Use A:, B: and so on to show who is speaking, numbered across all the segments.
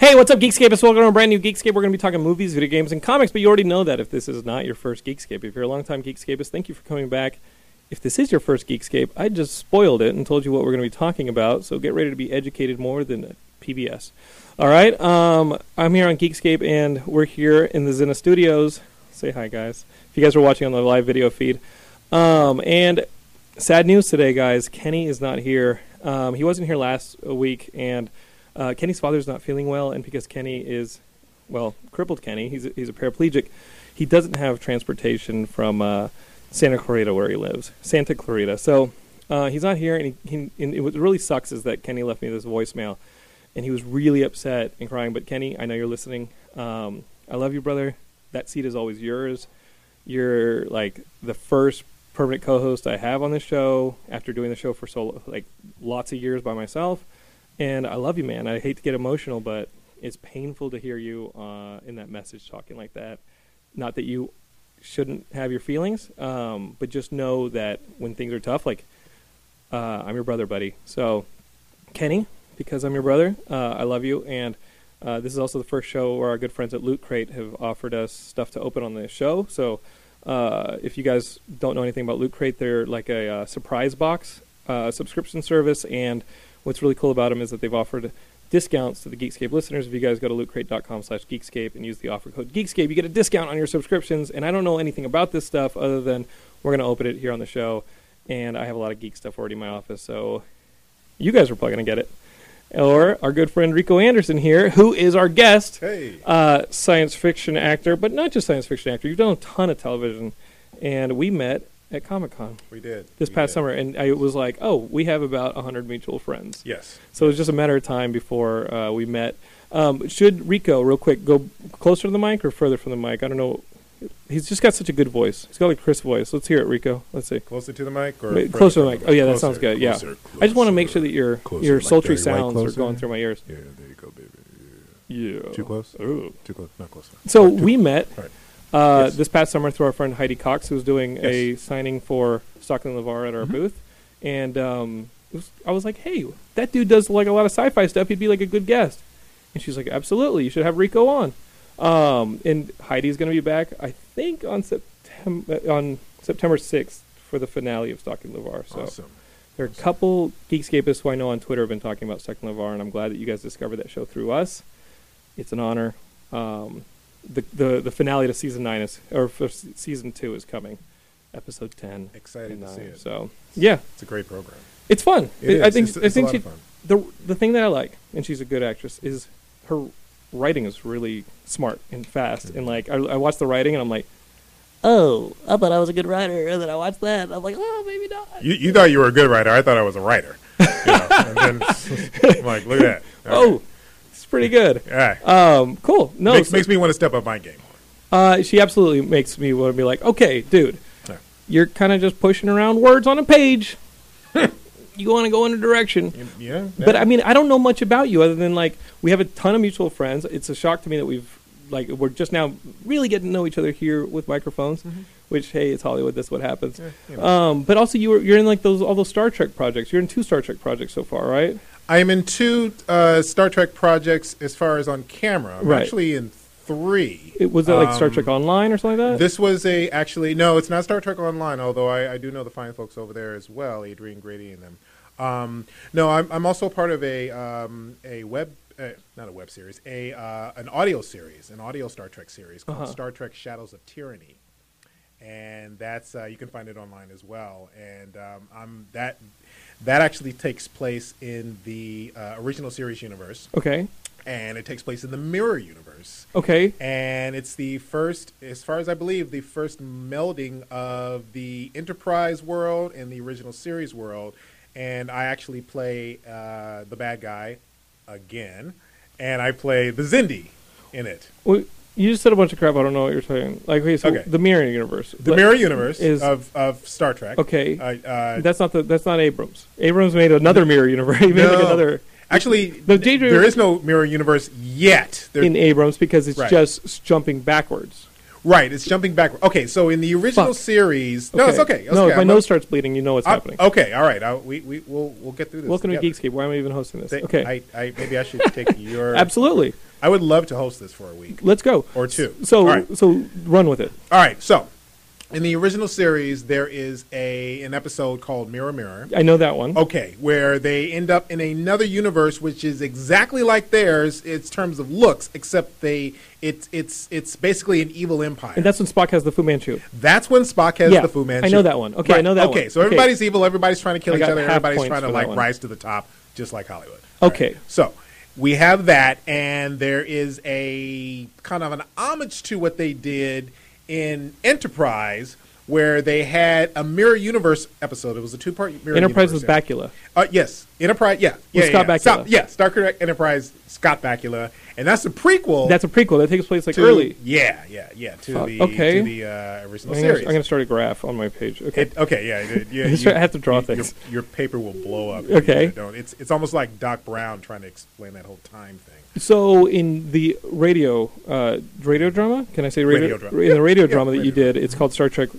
A: Hey, what's up, Geekscape? It's welcome to a brand new Geekscape. We're going to be talking movies, video games, and comics, but you already know that if this is not your first Geekscape. If you're a longtime Geekscapist, thank you for coming back. If this is your first Geekscape, I just spoiled it and told you what we're going to be talking about, so get ready to be educated more than PBS. All right, um, I'm here on Geekscape, and we're here in the Zena Studios. Say hi, guys. If you guys are watching on the live video feed. Um, and sad news today, guys. Kenny is not here. Um, he wasn't here last week, and uh, Kenny's father's not feeling well, and because Kenny is, well, crippled Kenny, he's a, he's a paraplegic, he doesn't have transportation from uh, Santa Clarita where he lives, Santa Clarita. So uh, he's not here, and, he, he, and it, what really sucks is that Kenny left me this voicemail, and he was really upset and crying. But Kenny, I know you're listening. Um, I love you, brother. That seat is always yours. You're like the first permanent co-host I have on this show after doing the show for so like lots of years by myself. And I love you, man. I hate to get emotional, but it's painful to hear you uh, in that message talking like that. Not that you shouldn't have your feelings, um, but just know that when things are tough, like uh, I'm your brother, buddy. So, Kenny, because I'm your brother, uh, I love you. And uh, this is also the first show where our good friends at Loot Crate have offered us stuff to open on the show. So, uh, if you guys don't know anything about Loot Crate, they're like a uh, surprise box uh, subscription service. And what's really cool about them is that they've offered discounts to the Geekscape listeners. If you guys go to lootcrate.com slash Geekscape and use the offer code Geekscape, you get a discount on your subscriptions. And I don't know anything about this stuff other than we're going to open it here on the show. And I have a lot of geek stuff already in my office. So you guys are probably going to get it. Or our good friend Rico Anderson here, who is our guest
B: Hey.
A: uh, science fiction actor, but not just science fiction actor. You've done a ton of television, and we met at Comic Con
B: We did.
A: this
B: We
A: past
B: did.
A: summer, and I was like, "Oh, we have about hundred mutual friends."
B: Yes.
A: So it was just a matter of time before uh, we met. Um, should Rico, real quick, go closer to the mic or further from the mic? I don't know. He's just got such a good voice. He's got like Chris voice. Let's hear it, Rico. Let's see.
B: Closer to the mic or
A: Wait,
B: further
A: closer to the
B: from
A: mic. Oh yeah, that
B: Closer,
A: sounds good. Yeah.
B: closer,
A: I just want to make sure that your
B: Closer,
A: your
B: like
A: sultry
B: Barry White
A: sounds are
B: closer?
A: going through my ears.
B: Yeah, there you go, baby.
A: Yeah.
B: Too close?
A: Ooh.
B: Too close. Not closer.
A: Oh. So we met
B: All right.
A: uh,
B: Yes.
A: this past summer through our friend Heidi Cox, who was doing a signing for Stockton Lavar at our
B: Mm-hmm.
A: booth, and um, it was, I was like, "Hey, that dude does like a lot of sci-fi stuff. He'd be like a good guest." And she's like, "Absolutely, you should have Rico on." Um, and Heidi's going to be back, I think, on September on September sixth for the finale of Stockton Lavar. So.
B: Awesome.
A: There are a couple Geekscapists who I know on Twitter have been talking about Second Levar, and I'm glad that you guys discovered that show through us. It's an honor. Um, the, the the finale to season nine is or for s- season two is coming, episode ten.
B: Excited
A: and
B: to see it.
A: So yeah,
B: It's a great program.
A: it's fun.
B: It
A: I
B: is.
A: think
B: It's-
A: I
B: it's a
A: think
B: lot
A: she,
B: of fun.
A: the the thing that I like, and she's a good actress, is her writing is really smart and fast.
B: Mm-hmm.
A: And like I, I watched the writing, and I'm like, oh, I thought I was a good writer, and then I watched that, and I'm like, oh, maybe not.
B: You, you thought you were a good writer. I thought I was a writer. You know, and then, I'm like, look at that. All
A: Oh, it's pretty good.
B: right. All right.
A: Um, cool. No,
B: makes,
A: so-
B: makes me want to step up my game.
A: uh, she absolutely makes me want to be like, okay, dude,
B: All right.
A: you're kind of just pushing around words on a page. you want to go in a direction.
B: You- Yeah.
A: But I mean, I don't know much about you other than like we have a ton of mutual friends. It's a shock to me that we've like we're just now really getting to know each other here with microphones.
B: Mm-hmm.
A: Which hey, it's Hollywood. That's what happens.
B: you know.
A: um, but also, you were, you're in like those all those Star Trek projects. You're in two Star Trek projects so far, right?
B: I am in two uh, Star Trek projects as far as on camera. I'm
A: Right.
B: actually in three.
A: It was that like Star Trek Online or something like that.
B: Um, This was a actually no, it's not Star Trek Online. Although I, I do know the fine folks over there as well, Adrian Grady and them. Um, no, I'm, I'm also part of a um, a web uh, not a web series, a uh, an audio series, an audio Star Trek series called Star Trek Shadows of Tyranny, and that's uh, you can find it online as well. And um, I'm that that actually takes place in the uh, original series universe,
A: okay,
B: and it takes place in the Mirror universe
A: okay,
B: and it's the first, as far as I believe, the first melding of the Enterprise world and the original series world. And I actually play uh, the bad guy again, and I play the Zindi in it.
A: Well, you just said a bunch of crap. I don't know what you're saying. Like, okay, so
B: Okay.
A: the mirror universe.
B: The
A: Let-
B: mirror universe
A: is-
B: of, of Star Trek.
A: Okay.
B: Uh, uh,
A: That's not the. That's not Abrams. Abrams made another mirror universe. He made like
B: no.
A: another
B: Actually,
A: The
B: th-
A: Daedra-
B: there is no mirror universe yet. There-
A: in Abrams because it's
B: Right.
A: just s- jumping backwards.
B: Right, it's jumping backward. Okay, so in the original
A: Fuck.
B: series, no, it's okay. It's
A: no,
B: okay.
A: if my
B: I'm
A: nose starts bleeding, you know what's
B: not-
A: happening.
B: I- okay, all right. I, we we will we'll get through this.
A: Welcome to
B: together.
A: Geekscape. Why am I even hosting this?
B: Th-
A: okay,
B: I, I maybe I should take your.
A: absolutely.
B: I would love to host this for a week
A: Let's go.
B: or two.
A: So
B: all right.
A: so run with it.
B: All right, so in the original series, there is a an episode called Mirror Mirror.
A: I know that one.
B: Okay, where they end up in another universe, which is exactly like theirs in terms of looks, except they it's it's it's basically an evil empire.
A: And that's when Spock has the Fu Manchu.
B: That's when Spock has
A: Yeah,
B: the Fu
A: I
B: Manchu.
A: know that one. Okay, I know that
B: Okay,
A: one.
B: so
A: Okay.
B: everybody's evil. Everybody's trying to kill
A: I
B: each
A: got
B: other.
A: half
B: Everybody's
A: points
B: trying to
A: for that
B: like
A: one.
B: rise to the top, just like Hollywood.
A: Okay.
B: Alright, So we have that, and there is a kind of an homage to what they did in Enterprise, where they had a mirror universe episode. It was a two-part mirror
A: Enterprise with
B: universe
A: Bacula.
B: uh, yes, Enterprise. Yeah, yeah,
A: Scott
B: yeah.
A: Bakula.
B: Stop- yeah, Star Trek Enterprise. Scott Bakula, and that's a prequel.
A: That's a prequel that takes place like
B: to,
A: early.
B: Yeah, yeah, yeah. To
A: Fuck,
B: the
A: okay.
B: to the uh, original
A: I'm gonna,
B: series.
A: I'm gonna start a graph on my page. Okay.
B: It, okay, yeah, it- yeah.
A: I have to draw
B: you-
A: things.
B: Your, your paper will blow up. if
A: Okay.
B: you don't. It's it's almost like Doc Brown trying to explain that whole time thing.
A: So in the radio uh, radio drama, can I say radio,
B: Radio drama.
A: in the radio
B: Yeah,
A: drama that you
B: radio
A: did, it's called Star Trek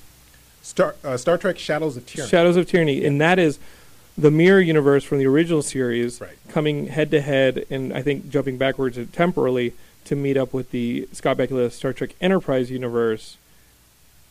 B: Star uh, Star Trek Shadows of Tyranny.
A: Shadows of Tyranny, and that is the mirror universe from the original series
B: Right.
A: coming head to head, and I think jumping backwards temporarily to meet up with the Scott Bakula Star Trek Enterprise universe.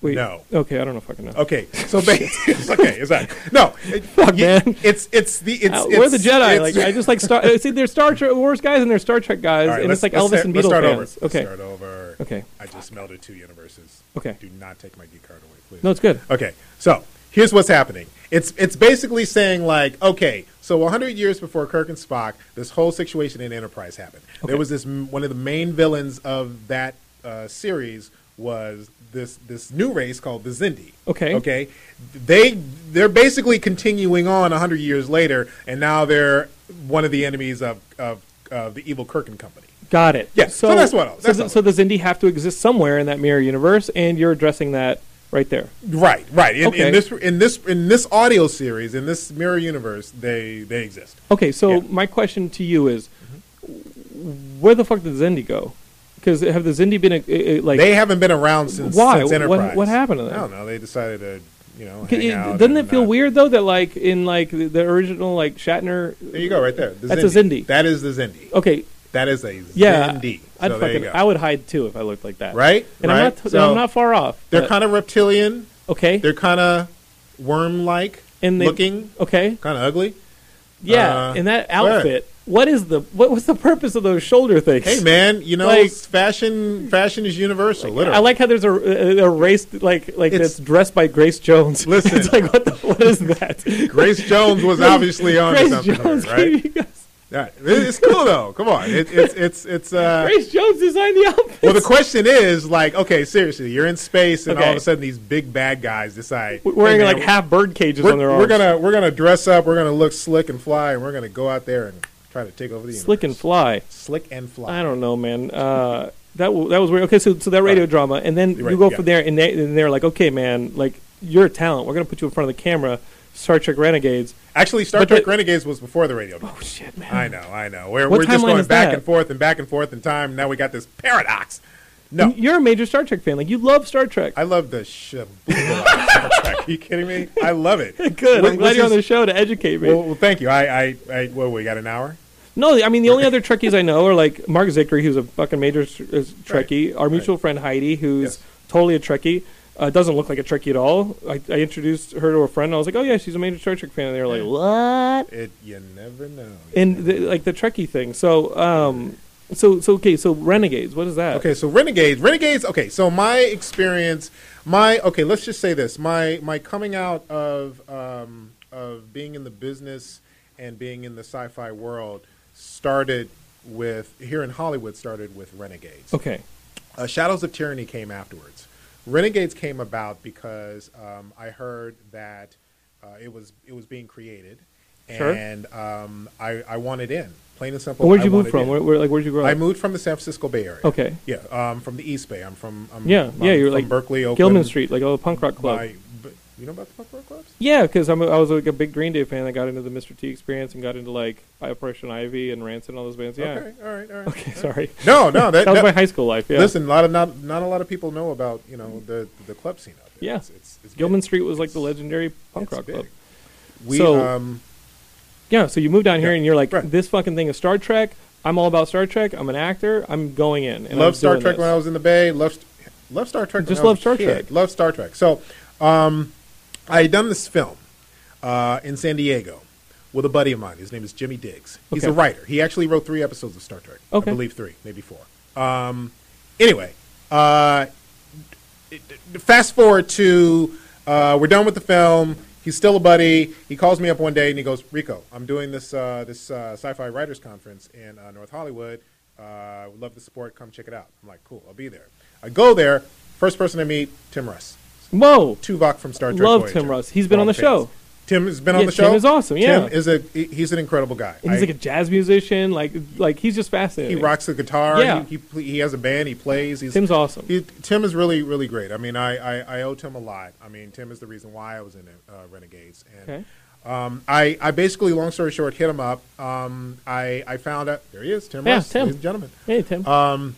A: Wait,
B: No.
A: Okay, I don't know. Fucking know.
B: Okay, so ba- it's okay, it's not. No, it-
A: Fuck,
B: you-
A: man.
B: It's it's the it's,
A: Uh,
B: it's
A: we're the Jedi.
B: it's-
A: Like I just like Star. uh, See, there's Star Trek Wars guys and there's Star Trek guys,
B: All right,
A: and it's like
B: let's-
A: Elvis
B: let's
A: and Beatles
B: start- let's start over.
A: fans.
B: Let's
A: Okay.
B: start over.
A: Okay.
B: I just melded two universes.
A: Okay.
B: Do not take my geek card away, please.
A: No, it's good.
B: Okay, so here's what's happening. It's it's basically saying like, okay, so 100 years before Kirk and Spock, this whole situation in Enterprise happened.
A: Okay.
B: There was this m- one of the main villains of that uh, series was this this new race called the Zindi.
A: Okay.
B: Okay. They they're basically continuing on 100 years later, and now they're one of the enemies of of, of the evil Kirk and company.
A: Got it.
B: Yeah, so that's what-
A: So,
B: that's
A: th-
B: all.
A: so does Indy have to exist somewhere in that mirror universe, and you're addressing that right there.
B: Right, right. In,
A: Okay.
B: in this in this in this audio series, in this mirror universe, they they exist.
A: Okay, so
B: Yeah.
A: my question to you is, where the fuck did Zindi go? Because have the Zindi been a, a, a- like?
B: They haven't been around since,
A: Why?
B: since
A: What-
B: Enterprise.
A: what happened to them?
B: I don't know. They decided to, you know,
A: C-
B: hang
A: it-
B: out
A: doesn't
B: and uh,
A: it feel
B: not-
A: weird though that like in like the- the original like Shatner?
B: There you go, right there. The
A: That's a Zindi.
B: That is the Zindi.
A: Okay,
B: That is a
A: yeah,
B: Zindi.
A: I'd
B: so there you
A: fucking
B: go.
A: I would hide too if I looked like that.
B: Right,
A: And I'm
B: right.
A: not. T-
B: So
A: I'm not far off.
B: they're
A: but-
B: kind of reptilian.
A: okay.
B: They're kind of worm-like
A: And they-
B: looking,
A: okay.
B: kind of ugly.
A: Yeah,
B: Uh,
A: in that
B: all right.
A: outfit. What is the what was the purpose of those shoulder things?
B: Hey, man, you know,
A: Like-
B: fashion fashion is universal. literally,
A: I like how there's a, a, a race like like
B: It's-
A: that's dressed by Grace Jones.
B: Listen.
A: it's like what the, what is that?
B: Grace Jones was obviously on
A: Grace
B: something, here,
A: Jones,
B: right?
A: you guys-
B: Yeah, it- it's cool though. Come on, it, it's it's it's. Uh,
A: Grace Jones designed the outfit.
B: well, the question is like, okay, seriously, you're in space, and all of
A: Okay.
B: a sudden these big bad guys decide
A: We're wearing
B: hey, man,
A: like half bird cages
B: We're,
A: on their arms.
B: we're gonna we're gonna dress up. We're gonna look slick and fly, and we're gonna go out there and try to take over the
A: slick and
B: universe.
A: fly.
B: Slick and fly.
A: I don't know, man. Uh, that w- that was weird. Okay, so so that radio drama, and then
B: You're
A: you
B: right,
A: go
B: yeah.
A: from there, and they and they're like, okay, man, like you're a talent. We're gonna put you in front of the camera. Star Trek Renegades.
B: Actually, Star
A: But
B: Trek
A: the-
B: Renegades was before the radio. drama.
A: Oh shit, man.
B: I know, I know. We're,
A: What
B: we're just
A: timeline
B: going
A: is
B: back
A: that?
B: and forth and back and forth in time. Now we got this paradox. No,
A: You're a major Star Trek fan. Like you love Star Trek.
B: I love the shit. Are you kidding me? I love it.
A: Good.
B: Which-
A: I'm glad
B: which
A: you're on
B: is-
A: the show to educate me.
B: Well, well, thank you. I, I, I well, we got an hour.
A: No, I mean the only other Trekkies I know are like Mark Zicker, who's a fucking major tr- uh, Trekkie. Our mutual friend Heidi, who's
B: Yes.
A: totally a Trekkie, uh, doesn't look like a Trekkie at all. I, I introduced her to a friend. And I was like, oh yeah, she's a major Star Trek fan. And they were like, what?
B: It, you never know.
A: And the, like the Trekkie thing. So, um, so so okay, so Renegades. What is that?
B: Okay, so renegades, renegades. Okay, so my experience, my okay, let's just say this: my my coming out of um, of being in the business and being in the sci-fi world started with here in Hollywood started with renegades.
A: Okay.
B: uh, Shadows of Tyranny came afterwards. Renegades came about because um, I heard that uh, it was it was being created,
A: Sure.
B: and um, I, I wanted in. Plain and simple.
A: Well, where'd
B: I
A: you move
B: wanted
A: from?
B: in.
A: Where, where like where'd you grow up?
B: I moved from the San Francisco Bay Area.
A: Okay.
B: Yeah, um, from the East Bay. I'm from. I'm,
A: Yeah,
B: I'm
A: yeah. You're
B: from
A: like
B: Berkeley, Oakland.
A: Gilman Street, like a punk rock club.
B: My- but you know about the punk rock clubs?
A: Yeah, because I was like a big Green Day fan that got into the Mr. T experience and got into like Operation Ivy and Rancid and all those bands. Yeah.
B: Okay, all right, all right.
A: Okay, sorry.
B: No, no, that,
A: That was
B: that-
A: my high school life. Yeah.
B: Listen, a lot of not not a lot of people know about you know the the club scene out there.
A: Yeah.
B: it's, it's, it's
A: Gilman
B: big.
A: Street was like the legendary punk
B: It's
A: rock
B: big.
A: club.
B: We
A: So-
B: um
A: Yeah, so you move down here
B: Yeah,
A: and you're like,
B: right.
A: this fucking thing is Star Trek. I'm all about Star Trek. I'm an actor. I'm going in. And
B: loved
A: I'm
B: Star
A: doing
B: Trek
A: this.
B: when I was in the Bay. Loved loved Star Trek.
A: Just
B: when I
A: loved
B: was
A: Star
B: a kid.
A: Trek.
B: Loved Star Trek. So, um, I had done this film uh, in San Diego with a buddy of mine. His name is Jimmy Diggs. He's
A: Okay.
B: a writer. He actually wrote three episodes of Star Trek.
A: Okay.
B: I believe three, maybe four. Um, anyway, uh, fast forward to uh, we're done with the film. He's still a buddy. He calls me up one day and he goes, "Rico, I'm doing this uh, this uh, sci-fi writers conference in uh, North Hollywood. Uh, would love the support. Come check it out." I'm like, "Cool, I'll be there." I go there. First person I meet, Tim Russ,
A: Whoa.
B: Tuvok from Star Trek.
A: Love
B: Voyager.
A: Tim Russ. He's been on the
B: All
A: show.
B: Tim has been on
A: Yeah,
B: the
A: Tim
B: show.
A: is awesome, yeah.
B: Tim is a he- he's an incredible guy.
A: And he's
B: I-
A: like a jazz musician. Like, like he's just
B: he
A: fascinating.
B: rocks the guitar.
A: Yeah.
B: He, he pl- he has a band. He plays. He's
A: Tim's awesome.
B: he- Tim is really really great. I mean, I, I I owe Tim a lot. I mean, Tim is the reason why I was in uh, Renegades. And
A: Okay.
B: um, I I basically, long story short, hit him up. Um, I I found out there he is, Tim.
A: Yeah,
B: Russ,
A: Tim.
B: ladies and gentlemen.
A: Hey, Tim.
B: Uh,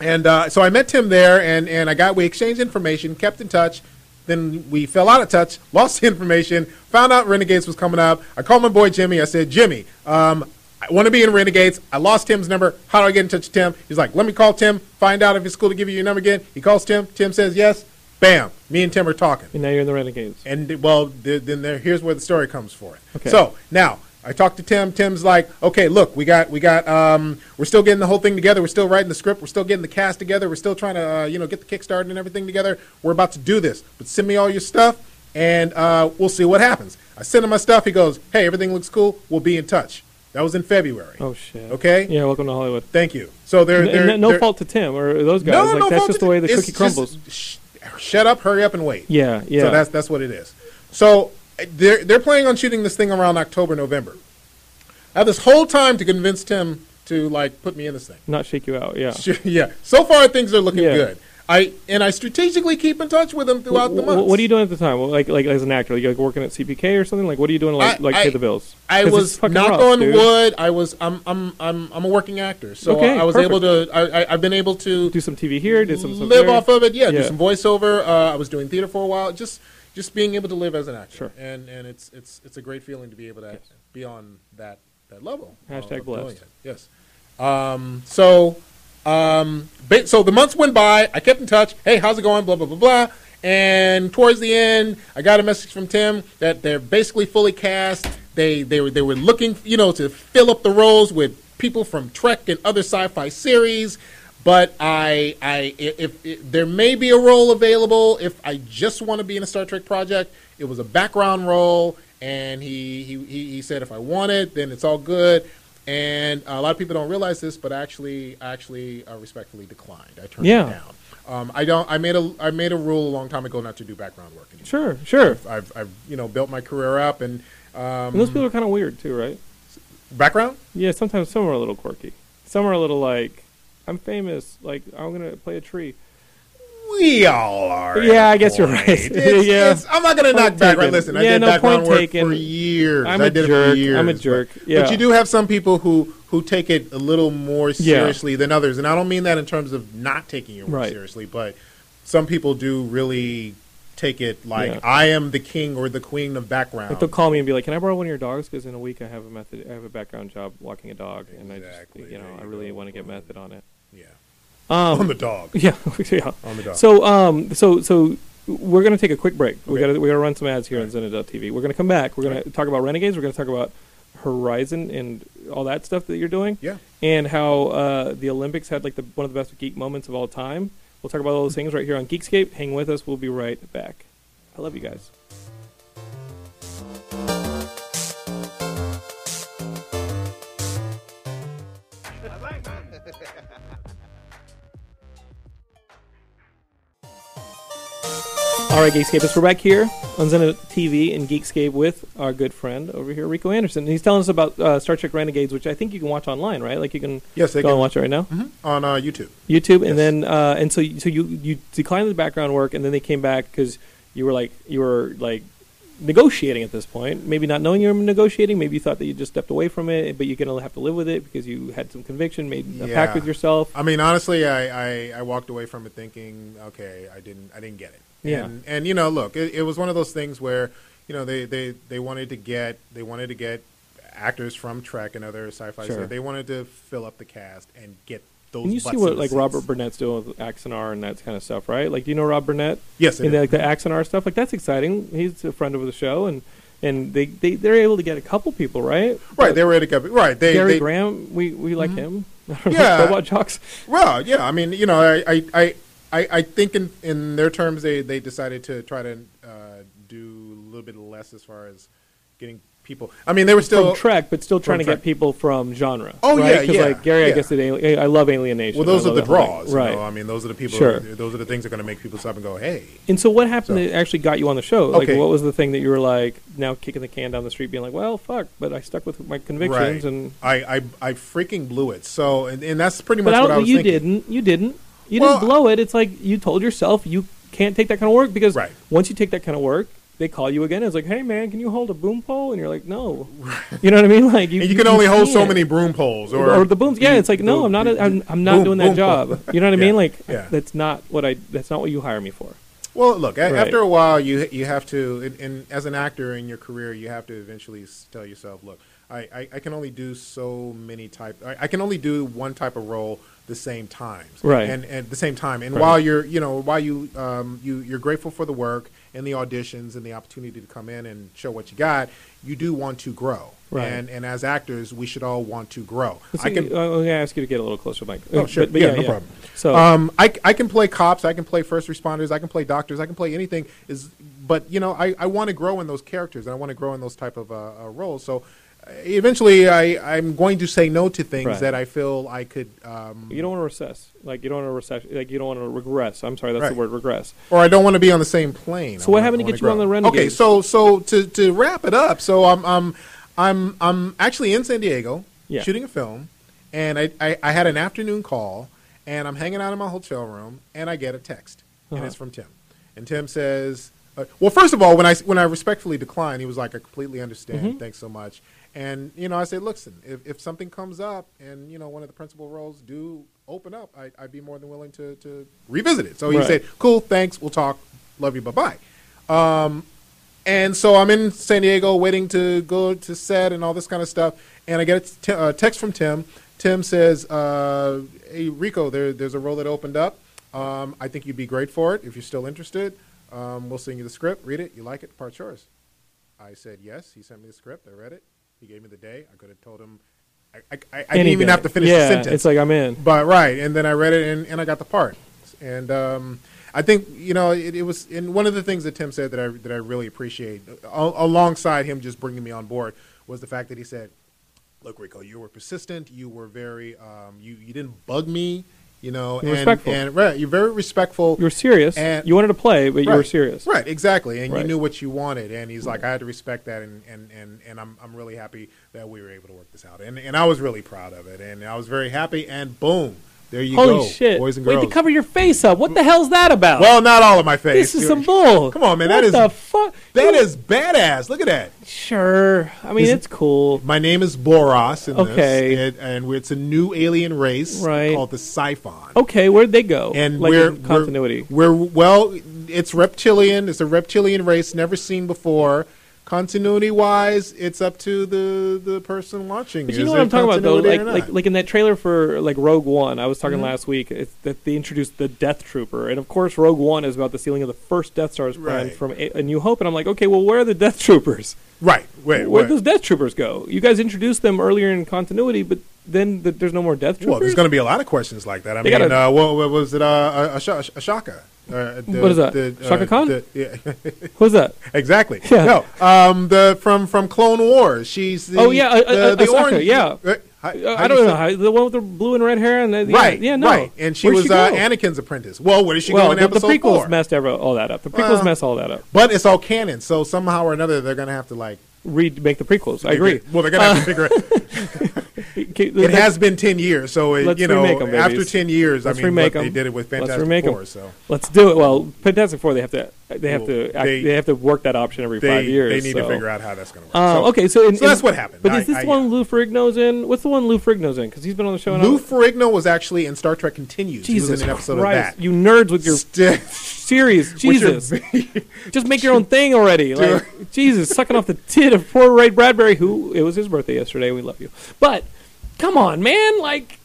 B: And uh, so I met Tim there, and, and I got we exchanged information, kept in touch. Then we fell out of touch, lost the information, found out Renegades was coming up. I called my boy Jimmy. I said, Jimmy, um, I want to be in Renegades. I lost Tim's number. How do I get in touch with Tim? He's like, let me call Tim, find out if it's cool to give you your number again. He calls Tim. Tim says yes. Bam. Me and Tim are talking.
A: and now you're in the Renegades.
B: And well, th- then there, here's where the story comes forth.
A: Okay.
B: So now I talked to Tim. Tim's like, okay, look, we got, we got, um, we're still getting the whole thing together. We're still writing the script. We're still getting the cast together. We're still trying to, uh, you know, get the Kickstarter and everything together. We're about to do this, but send me all your stuff, and uh, we'll see what happens. I sent him my stuff. He goes, hey, everything looks cool. We'll be in touch. That was in February.
A: oh, shit.
B: Okay.
A: Yeah, welcome to Hollywood.
B: Thank you. So there,
A: And
B: there,
A: no- no
B: there-
A: fault to Tim or those guys.
B: No,
A: like,
B: no
A: that's
B: fault
A: just
B: to-
A: the way the
B: it's
A: cookie
B: just-
A: crumbles.
B: sh- shut up, hurry up, and wait.
A: yeah, yeah.
B: So that's that's what it is. So uh, they're they're planning on shooting this thing around October, November. I have this whole time to convince Tim to like put me in this thing.
A: Not shake you out. Yeah.
B: Sure, yeah. So far things are looking
A: Yeah.
B: good. I and I strategically keep in touch with him throughout the
A: Wh- wh-
B: months.
A: What are you doing at the time? Well, like, like as an actor, like, you're, like working at CPK or something. Like, what are you doing? to, Like,
B: I-
A: like
B: I-
A: pay the bills.
B: I
A: 'Cause it's
B: was
A: fucking
B: knock
A: rough,
B: on
A: dude.
B: wood. I was I'm I'm I'm I'm a working actor, so
A: Okay,
B: I, I was
A: perfect.
B: able to. I, I I've been able to
A: Do some TV here. Do some stuff
B: live
A: there.
B: off of it. Yeah, do
A: Yeah.
B: some voiceover. Uh, I was doing theater for a while. Just just being able to live as an actor.
A: Sure.
B: And and it's it's it's a great feeling to be able to be on that that level.
A: Hashtag
B: of doing
A: blessed.
B: it. Yes. Um, so um, ba- so the months went by. I kept in touch. Hey, how's it going? Blah blah blah blah. And towards the end, I got a message from Tim that they're basically fully cast. They they were they were looking, you know, to fill up the roles with people from Trek and other sci-fi series. But I I i- if, if there may be a role available if I just want to be in a Star Trek project. It was a background role, and he he he he said if I want it, then it's all good. And a lot of people don't realize this, but I actually, I actually uh, respectfully declined. I turned
A: Yeah.
B: it down. Um, I don't. I made a. I made a rule a long time ago not to do background work anymore.
A: Sure, sure.
B: I've, I've you know, built my career up and um,
A: And those people are kind of weird too, right?
B: background.
A: Yeah, sometimes some are a little quirky. Some are a little like, I'm famous. Like I'm gonna play a tree.
B: We all are.
A: Yeah,
B: at a
A: I guess you're
B: point.
A: right.
B: It's-
A: Yeah.
B: it's- I'm not gonna
A: Point
B: knock background.
A: taken.
B: Listen, I
A: Yeah,
B: did
A: no,
B: background
A: point
B: work
A: taken.
B: for years.
A: I'm
B: I
A: a
B: did it
A: jerk.
B: for years.
A: I'm a
B: but-
A: jerk.
B: But,
A: Yeah.
B: you do have some people who who take it a little more seriously than others, and I don't mean that in terms of not taking your work
A: Right.
B: seriously, but some people do really take it like
A: Yeah.
B: I am the king or the queen of background.
A: Like they'll call me and be like, "Can I borrow one of your dogs? Because in a week I have a method. I have a background job walking a dog, and I just,
B: Exactly,
A: you know,
B: there
A: I
B: you
A: really
B: go.
A: want to get method on it."
B: yeah,
A: Um,
B: on the dog.
A: yeah, yeah.
B: On the dog.
A: So, um, so, so we're gonna take a quick break. We gotta, we gotta run some ads here on Zenna.tv. We're gonna come back. We're gonna talk about Renegades. We're gonna talk about Horizon and all that stuff that you're doing.
B: Yeah.
A: And how uh, the Olympics had like the one of the best geek moments of all time. We'll talk about all those things right here on Geekscape. Hang with us. We'll be right back. I love you guys. All right, Geekscapists, we're back here on Zenit TV and Geekscape with our good friend over here, Rico Anderson. And he's telling us about uh, Star Trek Renegades, which I think you can watch online, right? Like you can
B: Yes, they
A: go
B: can
A: and watch it right now,
B: Mhm. on uh, YouTube.
A: YouTube,
B: Yes.
A: and then uh, and so so you you declined the background work, and then they came back because you were like you were like negotiating at this point. Maybe not knowing you were negotiating. Maybe you thought that you just stepped away from it, but you're going to have to live with it because you had some conviction, made a
B: Yeah.
A: pact with yourself.
B: I mean, honestly, I, I, I walked away from it thinking, okay, I didn't I didn't get it.
A: Yeah.
B: And, and you know, look, it, it was one of those things where you know they, they, they wanted to get they wanted to get actors from Trek and other sci-fi.
A: Sure.
B: They wanted to fill up the cast and get those.
A: And you see
B: butts in
A: what
B: the
A: like
B: seats.
A: Robert Burnett's doing with Axonar and that kind of stuff, right? Like, do you know Rob Burnett?
B: Yes, I
A: and
B: do.
A: like the Axonar stuff, like that's exciting. He's a friend of the show, and and they they they're able to get a couple people, right?
B: right. They were at a couple. Right. They,
A: Gary
B: they Mm-hmm.
A: Graham, we we like him.
B: Yeah.
A: robot jocks.
B: Well, yeah, I mean, you know, I, I, I, I, I think in, in their terms, they, they decided to try to uh, do a little bit less as far as getting people. I mean, they were still
A: from Trek, but still trying to
B: Trek.
A: get people from genre.
B: Oh,
A: right?
B: yeah,
A: 'Cause,
B: yeah,
A: like Gary, I
B: yeah.
A: guess it, Ali- I love Alienation.
B: well. Those
A: I
B: are
A: love
B: the
A: that whole
B: draws,
A: thing.
B: you
A: right?
B: know? I mean, those are the people.
A: Sure.
B: Those are the things that are going to make people stop and go, "Hey."
A: And so, what happened
B: So-
A: that actually got you on the show? Like,
B: Okay.
A: what was the thing that you were like now kicking the can down the street, being like, "Well, fuck," but I stuck with my convictions,
B: Right.
A: and
B: I, I, I freaking blew it. So, and, and that's pretty
A: but
B: much
A: I
B: what I
A: don't.
B: was
A: You
B: thinking.
A: didn't. You didn't. You
B: Well,
A: didn't blow it. It's like you told yourself you can't take that kind of work because
B: Right.
A: once you take that kind of work. They call you again. It's like, hey man, can you hold a boom pole? And you're like, no. You know what I mean? Like, you,
B: And you can only hold so
A: can't.
B: many broom poles, or
A: or, the booms. Yeah, it's like no, I'm not. A, I'm, I'm not
B: boom-
A: doing that
B: boom
A: job. You know what I
B: Yeah,
A: mean? Like
B: yeah.
A: that's not what I. That's not what you hire me for.
B: Well, look, a
A: Right.
B: after a while, you you have to, and, and as an actor in your career, you have to eventually s- tell yourself, look, I, I, I can only do so many type, I, I can only do one type of role the same times,
A: Right.
B: And at the same time, and
A: Right.
B: while you're, you know, while you um you you're grateful for the work and the auditions and the opportunity to come in and show what you got, you do want to grow,
A: Right.
B: And and as actors, we should all want to grow.
A: I can. I'm gonna uh, ask you to get a little closer, Mike.
B: Oh,
A: Uh,
B: sure.
A: but- but
B: Yeah, no problem.
A: So
B: Um, I, I can play cops, I can play first responders, I can play doctors, I can play anything. Is but you know I, I want to grow in those characters and I want to grow in those type of uh, uh, roles. So uh, eventually I I'm going to say no to things
A: Right.
B: that I feel I could um,
A: you don't want to recess. Like you don't want to recession. Like you don't want to regress. I'm sorry, that's the
B: Right.
A: word regress.
B: or I don't want to be on the same plane.
A: So
B: I
A: what
B: wanna-
A: happened to
B: I
A: get
B: wanna
A: you on
B: grow.
A: the
B: Okay,
A: Renegades?
B: so so to to wrap it up, so I'm I'm I'm I'm actually in San Diego
A: Yeah.
B: shooting a film, and I, I I had an afternoon call, and I'm hanging out in my hotel room, and I get a text, and
A: Uh-huh.
B: it's from Tim, and Tim says. Uh, well, first of all, when I s- when I respectfully declined, he was like, "I completely understand.
A: Mm-hmm.
B: Thanks so much." And you know, I said, "Listen, if, if something comes up, and you know, one of the principal roles do open up, I, I'd be more than willing to, to revisit it." So he
A: Right.
B: said, "Cool, thanks. We'll talk. Love you. Bye bye." And so I'm in San Diego waiting to go to set and all this kind of stuff. And I get a t- uh, text from Tim. Tim says, uh, Hey, Rico, there, there's a role that opened up. Um, I think you'd be great for it if you're still interested. Um, we'll send you the script. Read it. You like it. Part yours. I said yes. He sent me the script. I read it. He gave me the day. I could have told him. I, I, I, I didn't
A: Any
B: even
A: day.
B: have to finish
A: yeah,
B: the sentence.
A: It's like I'm in.
B: But right, and then I read it and, and I got the part. And um, I think you know it, it was. And one of the things that Tim said that I that I really appreciate, al- alongside him just bringing me on board, was the fact that he said, "Look, Rico, you were persistent. You were very. Um, you you didn't bug me. You know,
A: You're
B: and,
A: respectful.
B: and right, you're very respectful.
A: You were serious.
B: And-
A: you wanted to play, but you were
B: Right.
A: serious.
B: Right, exactly. And
A: Right.
B: you knew what you wanted. And he's like, I had to respect that. And, and, and, and I'm, I'm really happy that we were able to work this out. And, and I was really proud of it. And I was very happy. And boom, there you
A: Holy
B: go.
A: shit!
B: Boys and
A: Wait
B: girls. Mm.
A: to cover your face up. What the hell's that about?
B: well, not all of my face.
A: this is some bull.
B: Come on, man,
A: What
B: that is-
A: the fuck.
B: That is badass. Look at that.
A: sure. I mean,
B: Is-
A: it's cool.
B: My name is Boros. In
A: Okay.
B: This, and, and it's a new alien race
A: Right.
B: called the Siphon.
A: Okay, where'd they go?
B: and
A: like
B: we're
A: in continuity.
B: We're, we're well, it's reptilian. It's a reptilian race never seen before. Continuity wise, it's up to the the person watching.
A: But
B: Is
A: you know what
B: there
A: I'm talking about though,
B: continuity
A: like,
B: or
A: like
B: not?
A: like in that trailer for like Rogue One, I was talking
B: Mhm.
A: last week it's that they introduced the Death Trooper, and of course Rogue One is about the sealing of the first Death Star's plan
B: Right.
A: from a-, a New Hope, and I'm like, okay, well where are the Death Troopers?
B: right? Wait,
A: Where'd
B: wait.
A: those Death Troopers go? You guys introduced them earlier in continuity, but then the, there's no more Death Troopers.
B: well, there's going to be a lot of questions like that. I
A: They
B: mean,
A: gotta-
B: uh, what, what was it? Uh, Ash- Ashaka. Uh, the,
A: What is that?
B: The,
A: Shaka Khan?
B: the- yeah,
A: Who's that?
B: exactly.
A: Yeah.
B: No. Um. The from from Clone Wars. She's the,
A: Oh, yeah, uh, uh,
B: the, the
A: Ahsoka,
B: orange.
A: yeah.
B: Uh,
A: Uh,
B: how- how
A: I
B: do
A: don't
B: you
A: know
B: say-
A: how, the one with the blue and red hair and the, yeah,
B: Right.
A: yeah, no,
B: Right. And she
A: Where'd
B: was
A: go?
B: uh, Anakin's apprentice. Well, where did she
A: well,
B: go in
A: the, the
B: episode
A: prequels
B: four?
A: messed ever- all that up. The prequels
B: Well,
A: messed all that up.
B: But it's all canon, so somehow or another they're going to have to like.
A: Read, make the prequels. I agree. Uh,
B: Well, they're going to have to figure it. it has been ten years, so it,
A: Let's
B: you know,
A: remake 'em,
B: after
A: babies.
B: ten years,
A: Let's
B: I mean,
A: remake
B: what
A: 'em.
B: they did it with
A: Let's
B: Fantastic
A: remake 'em.
B: Four, so
A: Let's do it. Well, Fantastic Four, they have to they have to
B: Well,
A: act,
B: they-
A: they, have to work that option every
B: they
A: five years.
B: they need
A: so.
B: to figure out how that's going to work.
A: Uh,
B: so,
A: okay, so, in,
B: so that's
A: in-
B: what happened.
A: But
B: I-
A: is this
B: I-
A: one Lou Ferrigno's in? What's the one Lou Ferrigno's in? Because he's been on the show. and I
B: Lou
A: don't-
B: Ferrigno was actually in Star Trek Continues. he was
A: uh, Jesus
B: in an episode
A: Christ!
B: of that.
A: You nerds with your
B: St-
A: series,
B: with your
A: Jesus! Just make your own thing already. Like Jesus, sucking off the tit of poor Ray Bradbury, who it was his birthday yesterday. We love you, but come on, man! Like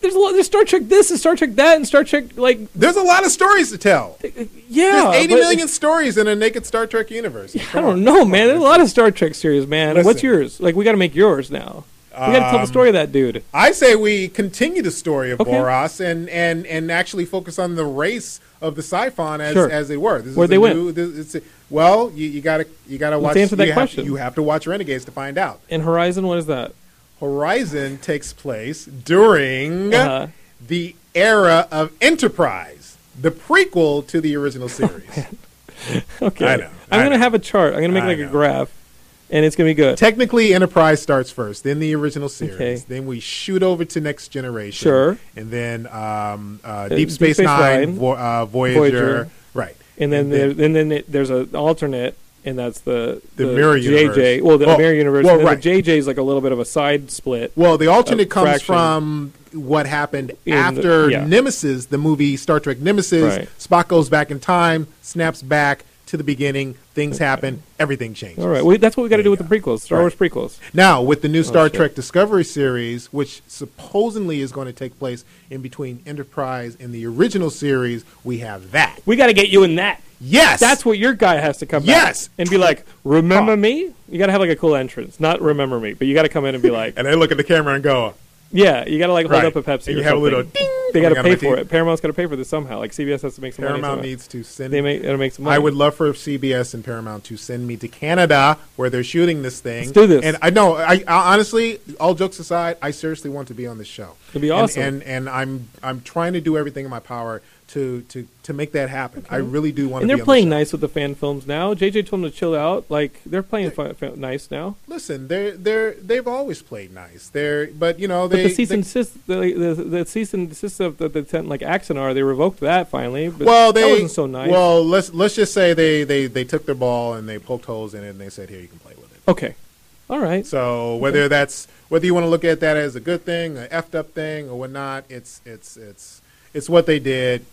A: there's a lot. There's Star Trek this and Star Trek that and Star Trek like
B: There's a lot of stories to tell.
A: yeah.
B: There's 80
A: but-
B: million stories in a naked Star Trek universe.
A: I
B: Come
A: don't
B: on.
A: know, man. There's a lot of Star Trek series, man. What's
B: Listen.
A: yours? Like we got to make yours now. We got to tell the
B: Um,
A: story of that dude.
B: I say we continue the story of
A: Okay.
B: Boros and, and, and actually focus on the race of the Siphon as,
A: Sure.
B: as they were. This is
A: Where'd
B: a
A: they win?
B: new- this- it's a- well, you, you gotta you gotta
A: Let's
B: watch.
A: answer that
B: you have-
A: question.
B: you have to watch Renegades to find out.
A: And Horizon, what is that?
B: Horizon takes place during
A: Uh-huh.
B: the era of Enterprise, the prequel to the original series.
A: Okay.
B: I know.
A: am
B: I
A: gonna
B: know.
A: have a chart. I'm gonna make
B: I
A: like a
B: know.
A: graph, and it's gonna be good.
B: Technically, Enterprise starts first, then the original series,
A: Okay.
B: then we shoot over to Next Generation,
A: Sure.
B: and then um, uh,
A: Deep
B: Deep Space
A: Space
B: Nine,
A: Nine,
B: Vo- uh, Voyager,
A: Voyager.
B: right?
A: and then there, and then it, there's an alternate, and that's the
B: The mirror
A: JJ.
B: universe.
A: Well, the
B: Well,
A: mirror universe.
B: well,
A: and then
B: right.
A: The JJ is like a little bit of a side split.
B: Well, the alternate comes
A: fraction.
B: from what happened
A: In the-
B: after
A: yeah.
B: Nemesis, the movie Star Trek Nemesis.
A: Right.
B: Spock goes back in time, snaps back to the beginning. Things happen. Everything changes.
A: All right, well, that's what we got to
B: There
A: do
B: you
A: with the
B: go.
A: prequels, Star
B: Right.
A: Wars prequels.
B: Now, with the new Star
A: shit.
B: Trek Discovery series, which supposedly is going to take place in between Enterprise and the original series, we have that.
A: We got to get you in that.
B: Yes,
A: That's what your guy has to come
B: Yes!
A: back and be like, remember me? You got to have like a cool entrance. Not remember me, but you got to come in and be like,
B: And they look at the camera and go,
A: yeah, you got to like hold
B: Right.
A: up a Pepsi.
B: And
A: or
B: you have a little
A: something.
B: ding.
A: They
B: Oh
A: got
B: my
A: to
B: God,
A: pay
B: my
A: for
B: teeth.
A: it. Paramount's got to pay for this somehow. Like CBS has to make some
B: Paramount
A: money. somehow.
B: needs to send.
A: They make, it'll make some money.
B: I would love for CBS and Paramount to send me to Canada where they're shooting this thing.
A: Let's do this.
B: And I know, I, I honestly, all jokes aside, I seriously want to be on this show.
A: It'd be
B: And-
A: awesome.
B: And, and I'm I'm trying to do everything in my power to to to make that happen. I really do want to.
A: And
B: be
A: they're
B: on
A: playing
B: the show.
A: nice with the fan films now. JJ told them to chill out. Like they're playing fun, fa- nice now.
B: Listen, they're they're they've always played nice. They're but you know
A: But
B: they.
A: the cease
B: they-
A: and desist, the, the, the cease and desist of the, the tent, like Axonar, they revoked that finally. But
B: well, they
A: that wasn't so nice.
B: Well, let's let's just say they they they took their ball and they poked holes in it and they said, "Here, you can play with it."
A: okay, all right.
B: So whether that's whether you want to look at that as a good thing, a effed up thing, or whatnot, it's it's it's it's what they did.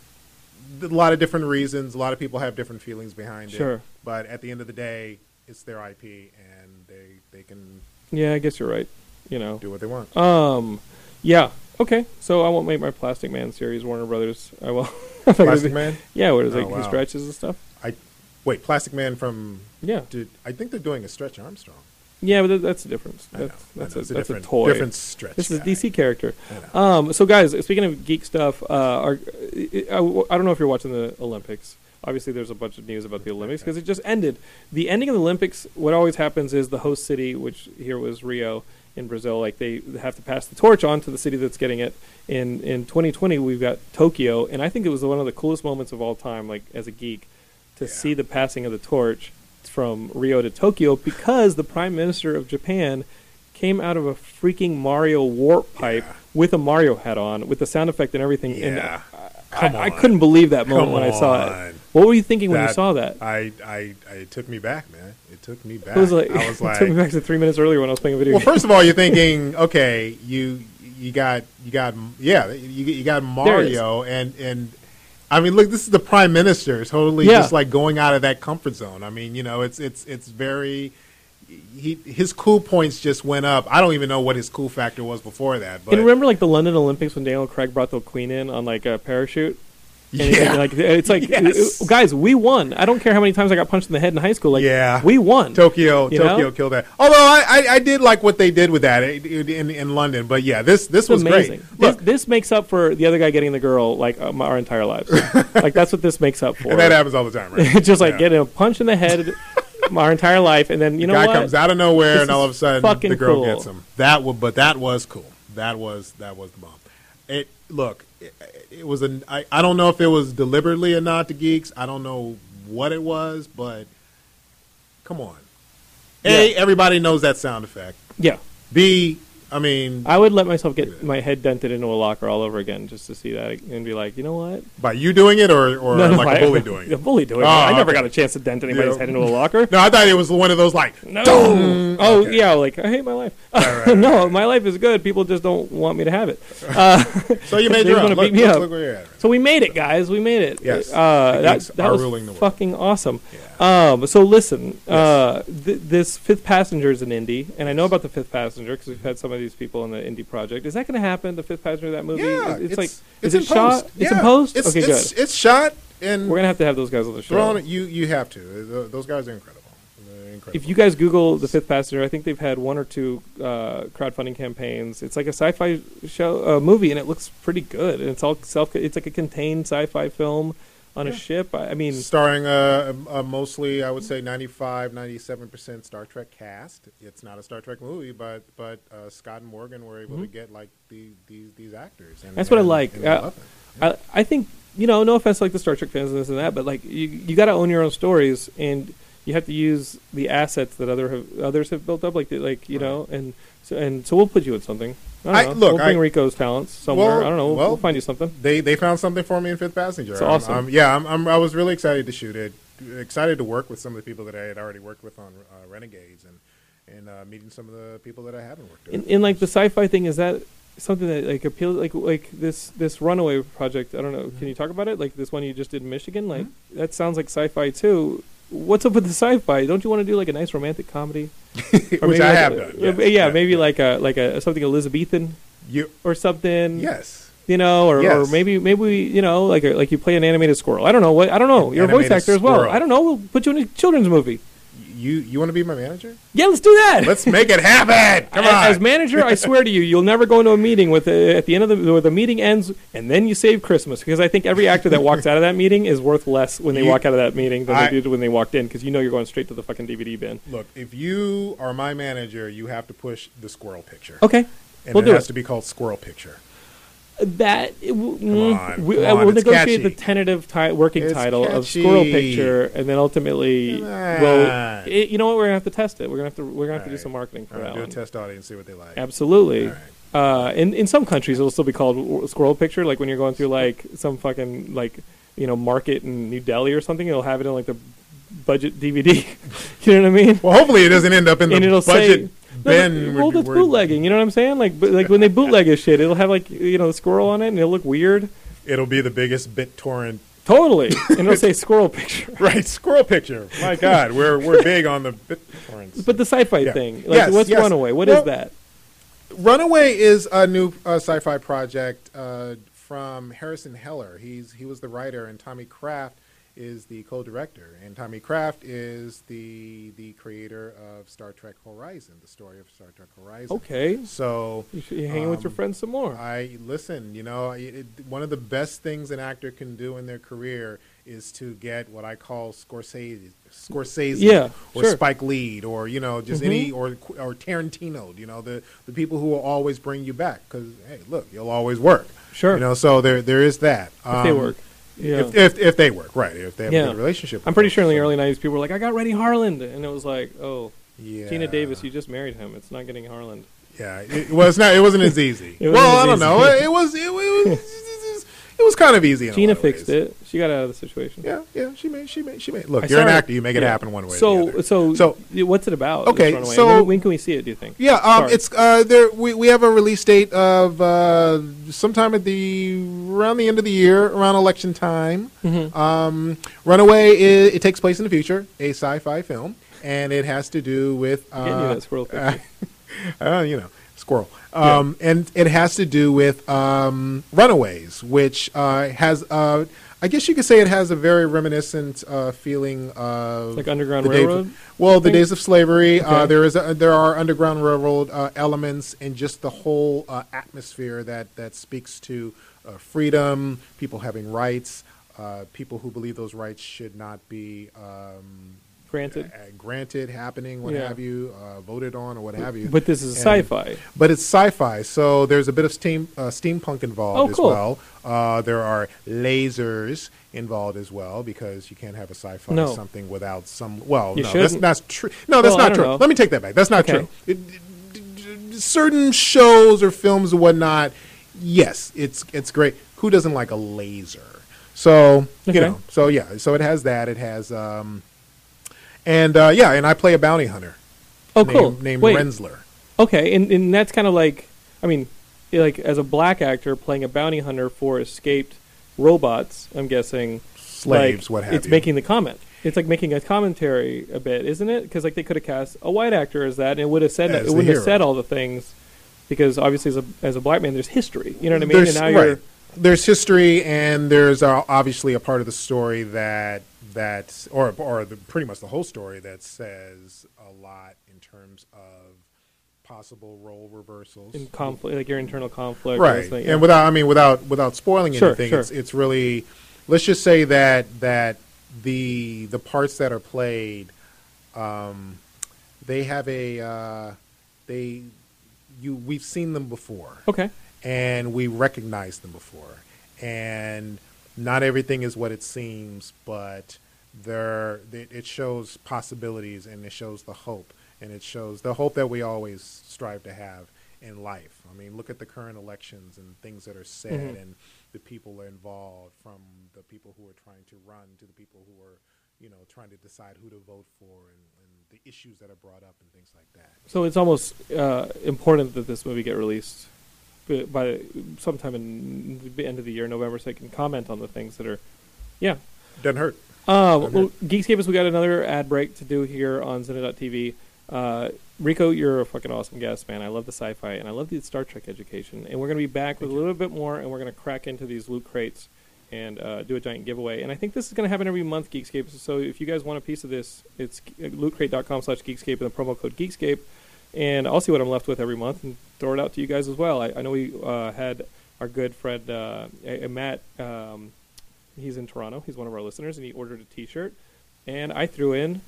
B: A lot of different reasons. A lot of people have different feelings behind it.
A: Sure.
B: But at the end of the day, it's their IP, and they they can
A: Yeah, I guess you're right. You know.
B: do what they want.
A: Um, yeah. Okay. So I won't make my Plastic Man series, Warner Brothers. I will. I'm not gonna
B: Plastic
A: do-
B: Man.
A: Yeah. What is
B: Oh,
A: like he
B: wow.
A: stretches and stuff.
B: I wait. Plastic Man from.
A: Yeah.
B: Did, I think they're doing a Stretch Armstrong.
A: Yeah, but that, that's a difference.
B: I know,
A: That's that's
B: I know,
A: a,
B: it's a
A: that's a
B: different-
A: toy.
B: different stretch
A: This is a
B: guy.
A: DC character. Um, so guys, speaking of geek stuff, uh, our, I, I don't know if you're watching the Olympics. Obviously, there's a bunch of news about the Olympics because it just ended. The ending of the Olympics. What always happens is the host city, which here was Rio in Brazil, like they have to pass the torch on to the city that's getting it. In in 2020, we've got Tokyo, and I think it was one of the coolest moments of all time. Like as a geek, to see the passing of the torch from Rio to Tokyo because the Prime Minister of Japan came out of a freaking Mario warp pipe with a Mario hat on, with the sound effect and everything. And uh,
B: Yeah.
A: I,
B: Come
A: I
B: on.
A: couldn't believe that moment
B: Come
A: when I saw it.
B: on.
A: What were you thinking when you
B: That-
A: saw that?
B: I, I, I it took me back, man. It took me back.
A: it was like,
B: I was
A: it
B: like,
A: took me back to three minutes earlier when I was playing a video
B: Well,
A: game.
B: first of all, you're thinking, okay, you you got you got yeah, you, you got
A: There it is.
B: Mario and and I mean, look, this is the prime minister totally
A: Yeah.
B: just like going out of that comfort zone. I mean, you know, it's it's it's very he his cool points just went up. I don't even know what his cool factor was before that, but
A: and remember, like the London Olympics when Daniel Craig brought the Queen in on like a parachute. And it's
B: Yeah.
A: like it's like
B: Yes.
A: guys, we won. I don't care how many times I got punched in the head in high school. Like,
B: Yeah.
A: we won.
B: Tokyo,
A: You
B: Tokyo
A: know?
B: killed that. Although I, I, I did like what they did with that in, in, in London, but yeah, this this was
A: It's amazing.
B: great.
A: This, this makes up for the other guy getting the girl like um, our entire lives. like that's what this makes up for.
B: and that happens all the time, right?
A: It's just like
B: Yeah.
A: getting a punch in the head our entire life, and then you know
B: guy
A: what?
B: comes out of nowhere
A: This
B: and all
A: is
B: of a sudden
A: fucking
B: the girl
A: cool.
B: gets him. That was, but that was cool. That was that was the bomb. It look, it, it was an I, I don't know if it was deliberately a nod to geeks. I don't know what it was, but come on. A, everybody knows that sound effect.
A: Yeah,
B: B, I mean,
A: I would let myself get my head dented into a locker all over again just to see that and be like, you know what?
B: by you doing it or, or
A: No, no,
B: like
A: I-
B: a bully doing
A: A
B: it?
A: bully doing it.
B: Oh,
A: I never
B: okay.
A: got a chance to dent anybody's
B: Yeah.
A: head into a locker.
B: No, I thought it was one of those like.
A: No.
B: Dong!
A: Oh
B: Okay.
A: yeah, like I hate my life. no, my life is good. People just don't want me to have it.
B: So you made
A: They
B: your
A: wanna
B: own. Look,
A: beat me
B: look,
A: up.
B: look where you're at.
A: So we made it, guys. We made it.
B: Yes.
A: Uh, that
B: Picnics
A: that
B: are
A: was
B: ruling the world.
A: fucking awesome. Um, so listen, uh, th- this fifth passenger is an indie, and I know about the fifth passenger because we've had some of these people in the indie project. Is that going to happen? The fifth passenger, of that movie?
B: Yeah,
A: It- it's, like, is
B: in
A: it shot?
B: post.
A: It's in
B: Yeah.
A: post.
B: It's,
A: okay,
B: it's,
A: good.
B: It's shot and
A: We're gonna have to have those guys on the show.
B: thrown. You you have to. Th- Those guys are incredible. They're incredible.
A: If you guys Google the Fifth Passenger, I think they've had one or two uh, crowdfunding campaigns. It's like a sci-fi show uh, movie, and it looks pretty good. And it's all self. It's like a contained sci-fi film on a ship. I, I mean,
B: starring a, a, a mostly i would say 95 97% star trek cast it's not a star trek movie but but uh, scott and morgan were able to get like the, these these actors and,
A: Mm-hmm. That's what I
B: and-
A: like.
B: and they
A: Uh,
B: love it.
A: I, I think you know, no offense, to, like the Star Trek fans and this and that, but like you, you got to own your own stories, and you have to use the assets that other have, others have built up, like the, like you know, and so and so we'll put you in something. I
B: I-
A: don't know.
B: look,
A: we'll bring
B: I-
A: Rico's talents somewhere.
B: Well,
A: I don't know. We'll,
B: well,
A: we'll find you something.
B: they they found something for me in fifth passenger
A: It's
B: I'm-
A: awesome.
B: I'm- yeah I'm, I'm i was really excited to shoot it excited to work with some of the people that i had already worked with on uh, renegades and and uh, meeting some of the people that i haven't worked with
A: In, in like the sci-fi thing, is that something that like appeals? Like like this this Runaway project. I don't know.
B: Mm-hmm.
A: Can you talk about it? Like this one you just did in Michigan. Like that sounds like sci-fi too. What's up with the sci-fi? Don't you want to do like a nice romantic comedy? Or
B: which
A: maybe
B: i
A: like
B: have
A: a-
B: done
A: uh,
B: yes.
A: yeah, maybe like a like a something Elizabethan
B: you
A: or something.
B: yes
A: You know, or,
B: Yes.
A: or maybe maybe we, you know like a, like you play an animated squirrel. I don't know what I don't know. You're a voice
B: Animated
A: actor as well.
B: squirrel.
A: I don't know. We'll put you in a children's movie.
B: you you want to be my manager
A: Yeah, let's do that.
B: let's make it happen come
A: A-
B: on
A: As manager, I swear to you, you'll never go into a meeting with a, at the end of the where the meeting ends, and then you save Christmas because I think every actor that walks out of that meeting is worth less when they
B: You-
A: walk out of that meeting than
B: I-
A: they did when they walked in because you know you're going straight to the fucking DVD bin.
B: Look, if you are my manager, you have to push the squirrel picture.
A: Okay,
B: And
A: we'll
B: it
A: do
B: has
A: it.
B: to be called squirrel picture.
A: That it w- mm,
B: on,
A: we,
B: come
A: uh,
B: on,
A: we'll
B: it's
A: negotiate
B: catchy.
A: the tentative ti- working
B: It's
A: title of
B: catchy.
A: Squirrel Picture, and then ultimately,
B: Come
A: we'll,
B: on.
A: it, you know what? We're gonna have to test it. We're gonna have to we're gonna have to do
B: Alright.
A: some marketing for
B: All right,
A: that
B: do a
A: one.
B: test audience, see what they like.
A: Absolutely.
B: Alright.
A: Uh, in in some countries, it'll still be called w- Squirrel Picture. Like when you're going through like some fucking like you know market in New Delhi or something, it'll have it in like the budget DVD. you know what I mean?
B: Well, hopefully it doesn't end up in the
A: and it'll
B: budget
A: say.
B: bin. where-
A: well, that's
B: where-
A: bootlegging. You know what I'm saying? Like, but, like when they bootleg his shit, it'll have like you know the squirrel on it, and it'll look weird.
B: It'll be the biggest BitTorrent.
A: Totally. And it'll say squirrel picture.
B: Right, squirrel picture. My God, we're we're big on the BitTorrents.
A: But the sci-fi
B: Yeah.
A: thing, like,
B: Yes,
A: what's
B: yes.
A: Runaway? What is
B: Well-
A: that?
B: Runaway is a new uh, sci-fi project uh, from Harrison Heller. He's he was the writer, and Tommy Kraft is the co-director. And Tommy Kraft is the the creator of Star Trek Horizon, the story of Star Trek Horizon.
A: Okay,
B: So
A: you should- you're hanging with your
B: Um,
A: friends some more.
B: I listen. You know, I- it, one of the best things an actor can do in their career is to get what I call Scorsese, Scorsese,
A: Yeah,
B: or
A: sure. Mm-hmm.
B: Spike Lee, or you know, just any or or Tarantino. You know, the the people who will always bring you back because hey, look, you'll always work.
A: Sure.
B: You know, so there there is that.
A: if they work. Yeah.
B: um, If, if if they work, right? If they have
A: Yeah.
B: a good relationship.
A: I'm
B: with
A: pretty
B: them,
A: sure in the
B: so-
A: early '90s, people were like, "I got Reddy Harland," and it was like, "Oh,
B: Yeah.
A: Tina Davis, you just married him. It's not getting Harland."
B: Yeah, it, well, it's not. It wasn't as easy.
A: It wasn't
B: well,
A: as
B: I don't
A: easy.
B: know. It, it was. It, was. It was kind of easy. In
A: Tina
B: a lot of
A: fixed
B: ways.
A: it. She got out of the situation.
B: Yeah, yeah. She made. She made. She made. Look,
A: I
B: you're an
A: saw it.
B: actor. You make it
A: Yeah.
B: happen one way. or the
A: So,
B: other.
A: so,
B: So-
A: y- what's it about? this
B: Okay,
A: Runaway?
B: so-
A: when, when can we see it? Do you think?
B: Yeah, um,
A: Sorry.
B: it's uh, there. We, we have a release date of uh, sometime at the around the end of the year, around election time.
A: Mm-hmm.
B: Um, Runaway. It, it takes place in the future, a sci-fi film, and it has to do with uh,
A: Getting you that squirrel picture.
B: uh, you know, squirrel. Um, And it has to do with um, Runaways, which uh, has, uh, I guess you could say it has a very reminiscent uh, feeling of
A: Like Underground
B: the days-
A: Railroad,
B: well, the
A: think?
B: days of slavery.
A: Okay.
B: Uh, there is a, there are Underground Railroad uh, elements and just the whole uh, atmosphere that that speaks to uh, freedom, people having rights. Uh, people who believe those rights should not be um,
A: granted.
B: uh, granted, happening, what
A: Yeah.
B: have you, uh, voted on, or what have you.
A: But this is
B: And-
A: sci-fi.
B: but it's sci-fi, so there's a bit of steam uh, steampunk involved
A: Oh,
B: as
A: cool.
B: well. Uh, there are lasers involved as well because you can't have a sci-fi
A: No.
B: something without some. Well,
A: You
B: no,
A: shouldn't.
B: that's not true. No, that's
A: Well, I
B: not
A: don't
B: true.
A: know.
B: Let me take that back. That's not
A: Okay.
B: true. It- certain shows or films and whatnot, yes, it's it's great. Who doesn't like a laser? So
A: Okay.
B: you know, so yeah, so it has that. It has, um, and uh, yeah, and I play a bounty hunter.
A: Oh,
B: named,
A: cool.
B: Named
A: Wait.
B: Rensler.
A: Okay, and, and that's kind of like, I mean, like as a black actor playing a bounty hunter for escaped robots, I'm guessing.
B: Slaves,
A: like,
B: what have
A: It's
B: you.
A: making the comment. It's like making a commentary a bit, isn't it? Because like they could have cast a white actor as that, and it would have said
B: As
A: it
B: the
A: wouldn't have
B: hero.
A: said all the things, because obviously as a as a black man, there's history. You know what I mean?
B: There's,
A: and now you're
B: right. there's history, and there's uh, obviously a part of the story that that, or or the, pretty much the whole story that says a lot in terms of possible role reversals.
A: in conflict, like your internal conflict,
B: right,
A: And,
B: and without I mean without without spoiling
A: Sure,
B: anything,
A: sure.
B: it's it's really let's just say that that the the parts that are played, um, they have a uh, they you we've seen them before
A: okay,
B: and we recognized them before. And not everything is what it seems, but there it it shows possibilities and it shows the hope and it shows the hope that we always strive to have in life. I mean, look at the current elections and things that are said
A: Mhm.
B: and the people involved from the people who are trying to run to the people who are, you know, trying to decide who to vote for and, and the issues that are brought up and things like that.
A: so it's almost uh, important that this movie get released b- by sometime in the end of the year, November, so I can comment on the things that are, yeah,
B: Doesn't hurt.
A: Uh,
B: Okay.
A: well, Geekscape is we got another ad break to do here on Zenit.tv. Uh, Rico, you're a fucking awesome guest, man. I love the sci-fi and I love the Star Trek education. And we're gonna be back with a little bit more, and we're gonna crack into these loot crates and uh, do a giant giveaway. And I think this is gonna happen every month, Geekscape. So if you guys want a piece of this, it's uh, lootcrate.com/geekscape and the promo code Geekscape. And I'll see what I'm left with every month and throw it out to you guys as well. I, I know we uh, had our good friend uh, a- a Matt. Um, he's in Toronto. He's one of our listeners, and he ordered a T-shirt, and I threw in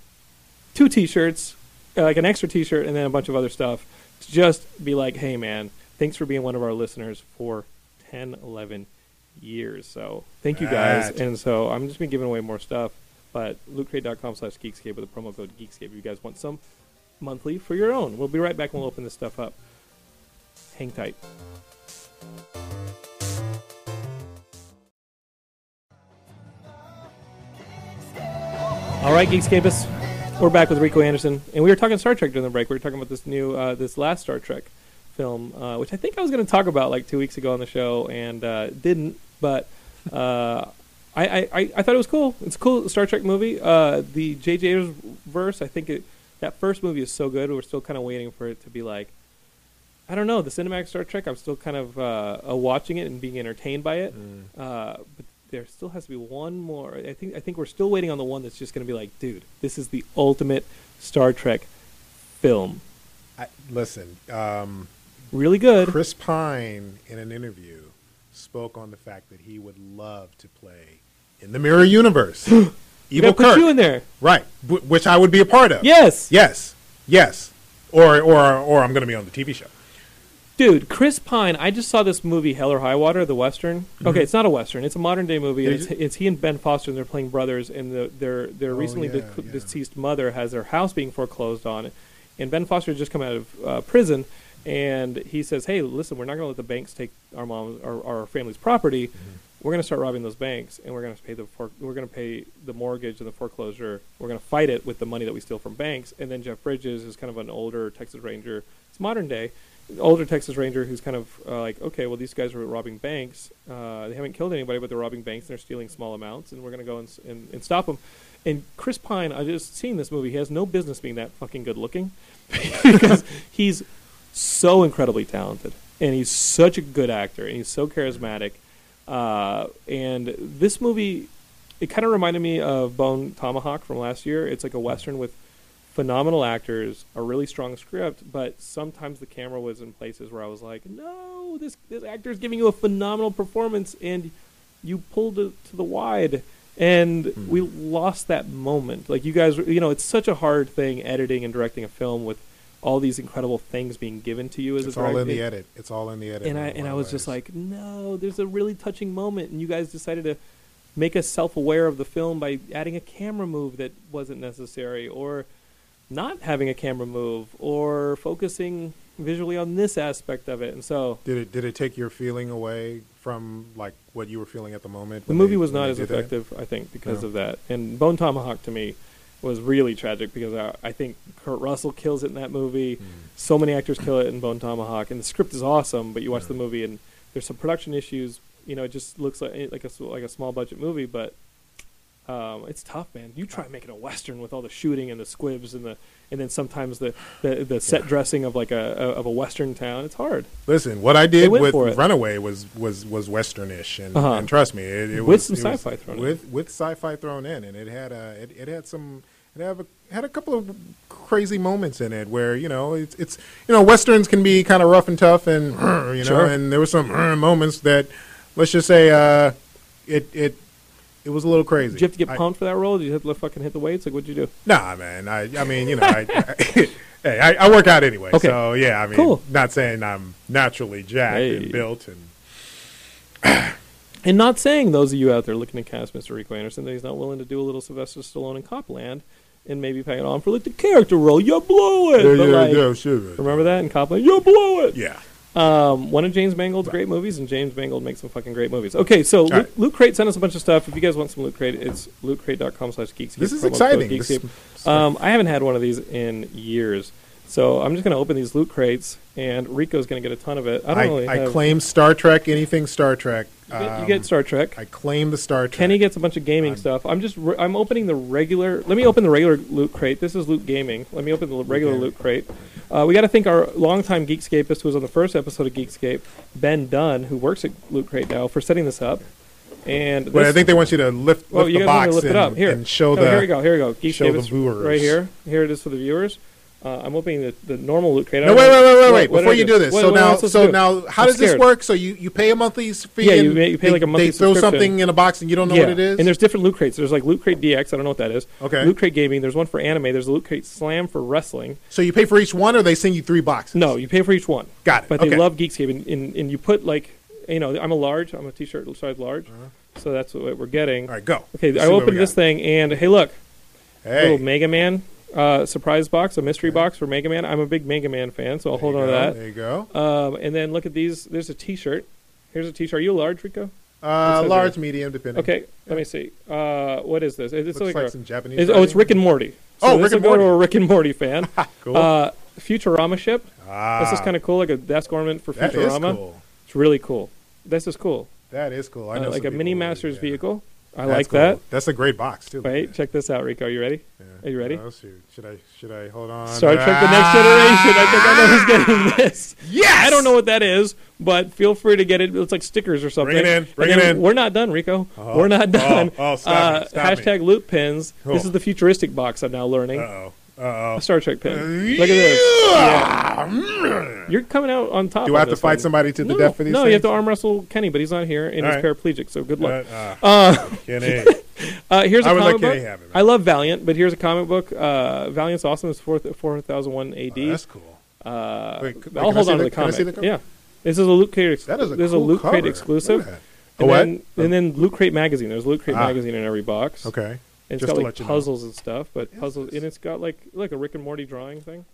A: two T-shirts, uh, like an extra T-shirt, and then a bunch of other stuff to just be like, "Hey, man, thanks for being one of our listeners for 10, 11 years." So thank you guys,
B: Right.
A: and so I'm just gonna be giving away more stuff. But lootcrate.com slash geekscape with the promo code geekscape. If you guys want some monthly for your own, we'll be right back and we'll open this stuff up. Hang tight. All right, Geekscapists, we're back with Rico Anderson, and we were talking Star Trek during the break. We were talking about this new, uh, this last Star Trek film, uh, which I think I was going to talk about like two weeks ago on the show and uh, didn't, but uh, I, I, I I thought it was cool. It's a cool Star Trek movie. Uh, the J.J. Abrams verse, I think it, that first movie is so good. We're still kind of waiting for it to be like, I don't know, the cinematic Star Trek. I'm still kind of uh, uh, watching it and being entertained by it.
B: Mm.
A: Uh, but there still has to be one more. I think I think we're still waiting on the one that's just going to be like, dude, this is the ultimate Star Trek film.
B: I, listen, um,
A: Really good.
B: Chris Pine, in an interview, spoke on the fact that he would love to play in the Mirror Universe.
A: We're gonna
B: Evil
A: put
B: Kirk,
A: you in there.
B: right? w- which I would be a part of.
A: Yes.
B: yes, yes. Or, or, or I'm going to be on the TV show.
A: Dude, Chris Pine. I just saw this movie, Hell or High Water, the Western.
B: Mm-hmm.
A: Okay, it's not a Western. It's a modern day movie. And
B: Did
A: it's, it's he and Ben Foster, and they're playing brothers, and the, their their recently
B: Oh, yeah,
A: dec-
B: yeah.
A: deceased mother has her house being foreclosed on, and Ben Foster has just come out of uh, prison, and he says, "Hey, listen, we're not going to let the banks take our mom our, our family's property.
B: Mm-hmm.
A: We're going to start robbing those banks, and we're going to pay the for- we're going to pay the mortgage and the foreclosure. We're going to fight it with the money that we steal from banks." And then Jeff Bridges is kind of an older Texas Ranger. It's modern day. Older Texas Ranger who's kind of uh, like, okay, well, these guys are robbing banks. Uh, they haven't killed anybody, but they're robbing banks and they're stealing small amounts, and we're going to go and, s- and, and stop them. And Chris Pine, I just seen this movie. He has no business being that fucking good looking because he's so incredibly talented and he's such a good actor and he's so charismatic. Uh, and this movie, it kind of reminded me of Bone Tomahawk from last year. It's like a western with phenomenal actors, a really strong script, but sometimes the camera was in places where I was like, no, this this actor's giving you a phenomenal performance and you pulled it to the wide and
B: Hmm.
A: we lost that moment. Like you guys, you know, it's such a hard thing editing and directing a film with all these incredible things being given to you as
B: It's
A: a
B: all
A: director
B: in the edit. It's all in the edit.
A: and I
B: in a
A: and
B: lot
A: I
B: of
A: was just
B: ways.
A: like, no, there's a really touching moment, and you guys decided to make us self-aware of the film by adding a camera move that wasn't necessary, or not having a camera move, or focusing visually on this aspect of it. And so
B: Did it did it take your feeling away from like what you were feeling at the moment?
A: the
B: when
A: movie
B: they-
A: was
B: when
A: not
B: they
A: as
B: did that? Oh.
A: effective, I think, because
B: No.
A: of that. And Bone Tomahawk to me was really tragic because I, I think Kurt Russell kills it in that movie.
B: Hmm.
A: So many actors kill it in Bone Tomahawk, and the script is awesome. But you watch the movie, and there's some production issues. You know, it just looks like eh, like a s- like a small budget movie, but um, it's tough, man. You try making a western with all the shooting and the squibs and the and then sometimes the the, the set dressing of like a, a of a western town. It's hard.
B: Listen, what I did
A: went
B: with
A: for it.
B: Runaway was was was westernish, and,
A: Uh-huh.
B: and trust me, it, it
A: With
B: was
A: some
B: it was-
A: sci-fi thrown in.
B: with with sci-fi thrown in, and it had a it, it had some it had a, had a couple of crazy moments in it where you know it's it's you know westerns can be kind of rough and tough, and you know,
A: Sure.
B: and there were some moments that let's just say uh, it it it was a little crazy.
A: Did you have to get
B: I-
A: pumped for that role? Did you have to fucking hit the weights? Like, what'd you do?
B: Nah, man. I, I mean, you know, I, I, hey, I, I work out anyway.
A: Okay.
B: So yeah, I mean,
A: Cool.
B: not saying I'm naturally jacked
A: Hey.
B: and built and
A: And not saying those of you out there looking to cast Mr. Rico Anderson that he's not willing to do a little Sylvester Stallone in Copland and maybe pay it on for like the character role. You blew it. But, like,
B: sure.
A: Remember that in Copland? You blew it.
B: Yeah.
A: Um, one of James Mangold's great movies, and James Mangold makes some fucking great movies. Okay, so Luke,
B: right.
A: Luke Crate sent us a bunch of stuff. If you guys want some Luke Crate, it's lootcrate.com slash geekscape.
B: This is
A: Promo code
B: exciting. This-
A: Geekscape. Um, I haven't had one of these in years. So I'm just going to open these loot crates, and Rico's going to get a ton of it. I don't
B: I,
A: really
B: I
A: have-
B: claim Star Trek. Anything Star Trek.
A: You get, you
B: um,
A: get Star Trek.
B: I claim the Star Trek.
A: Kenny gets a bunch of
B: Um,
A: gaming stuff. I'm just re- I'm opening the regular. Let me open the regular loot crate. This is loot gaming. Let me open the regular
B: gaming.
A: loot crate. Uh, we got to thank our longtime Geekscapist who was on the first episode of Geekscape, Ben Dunn, who works at Loot Crate now, for setting this up. And
B: But I
A: this-
B: think they want you to lift, lift
A: oh, you guys
B: the box
A: want me to lift
B: and,
A: it up here
B: and show
A: No,
B: the.
A: here we go. Here we go. Geekscape
B: show the
A: is
B: viewers.
A: right here. Here it is for the viewers. Uh, I'm opening the, the normal loot crate. I
B: No,
A: don't
B: wait,
A: know-
B: wait, wait, wait, wait!
A: what did
B: Before
A: I
B: you do this,
A: What-
B: so
A: what am I
B: now,
A: supposed
B: so
A: to do?
B: now, how
A: I'm
B: does this
A: scared.
B: work? So you, you pay a monthly s- fee,
A: Yeah,
B: and
A: you pay- you pay
B: they,
A: like a monthly
B: they throw
A: subscription.
B: something in a box, and you don't know what it is.
A: And there's different loot crates. There's like loot crate DX. I don't know what that is.
B: Okay.
A: Loot crate gaming. There's one for anime. There's a loot crate slam for wrestling.
B: so you pay for each one, or they send you three boxes.
A: No, you pay for each one.
B: Got it.
A: But they
B: Okay.
A: love Geekscape, and, and, and you put like, you know, I'm a large. I'm a t-shirt size large. So that's what we're getting.
B: Uh-huh. All right, go.
A: Okay,
B: Let's
A: I
B: see what we
A: opened this
B: got.
A: thing, and hey, look,
B: Hey,
A: little Mega Man uh, surprise box, a mystery box for Mega Man. I'm a big Mega Man fan, so I'll hold
B: there
A: on
B: you go,
A: to
B: There you go.
A: that. Um, and then look at these. There's a t-shirt. Here's a t-shirt. Are you a large, Rico?
B: Uh,
A: says
B: large, medium, depending.
A: Okay, let me see. Uh, what is this? It's
B: Looks like,
A: a-
B: some Japanese.
A: Is, oh, it's
B: writing.
A: Rick and Morty.
B: Oh,
A: this
B: Rick and
A: will go to
B: Morty.
A: a Rick and Morty fan.
B: Cool.
A: Uh, Futurama ship.
B: ah,
A: This is kind of cool, like a desk ornament for
B: That is
A: Futurama.
B: cool.
A: It's really cool. This is cool.
B: That is cool. I
A: Uh,
B: know
A: like
B: some
A: a
B: people
A: mini
B: who-
A: master's
B: yeah.
A: vehicle. I
B: That's
A: like
B: cool.
A: that.
B: That's a great box too.
A: Right?
B: Yeah.
A: Check this out, Rico. Are you ready? Are you ready?
B: Oh, shoot. Should I? Should I hold on?
A: Star Trek: The Next
B: Ah!
A: Generation. I think I know who's getting this.
B: Yes.
A: I don't know what that is, but feel free to get it. It's like stickers or something.
B: Bring it in.
A: And
B: Bring it
A: then
B: in.
A: We're not done, Rico.
B: Oh.
A: We're not done.
B: Oh, oh, stop
A: uh,
B: me, stop me.
A: hashtag loot pins. This
B: Cool.
A: is the futuristic box I'm now learning.
B: Uh oh. Uh
A: A
B: oh.
A: Star Trek pin. Look at this. You're coming out on top.
B: Do I
A: on
B: have to
A: this
B: fight
A: one.
B: somebody to the
A: no,
B: death for these?
A: No, you have to
B: things?
A: arm wrestle Kenny, but he's not here and
B: All
A: he's
B: right.
A: paraplegic. So good luck.
B: Uh, ah, Kenny.
A: Uh, here's a
B: I would let
A: comic book.
B: Kenny have it, man.
A: I love Valiant, but here's a comic book. Uh, Valiant's awesome. It's four four thousand one AD.
B: That's cool.
A: Uh,
B: Wait,
A: I'll
B: c- wait, can I
A: hold
B: see
A: on to
B: the-
A: the
B: can I
A: comic.
B: see the cover?
A: Yeah, this is a Loot Crate. Ex-
B: That is a
A: there's
B: cool
A: a Loot Crate
B: cover.
A: exclusive.
B: Look at that. A
A: And
B: what?
A: Then, and then Loot Crate magazine. There's Loot Crate
B: Ah.
A: magazine in every box.
B: Okay.
A: And it's
B: Just
A: got
B: to
A: like
B: let you know.
A: puzzles and stuff, but puzzles,
B: this?
A: and it's got like like a Rick and Morty drawing thing.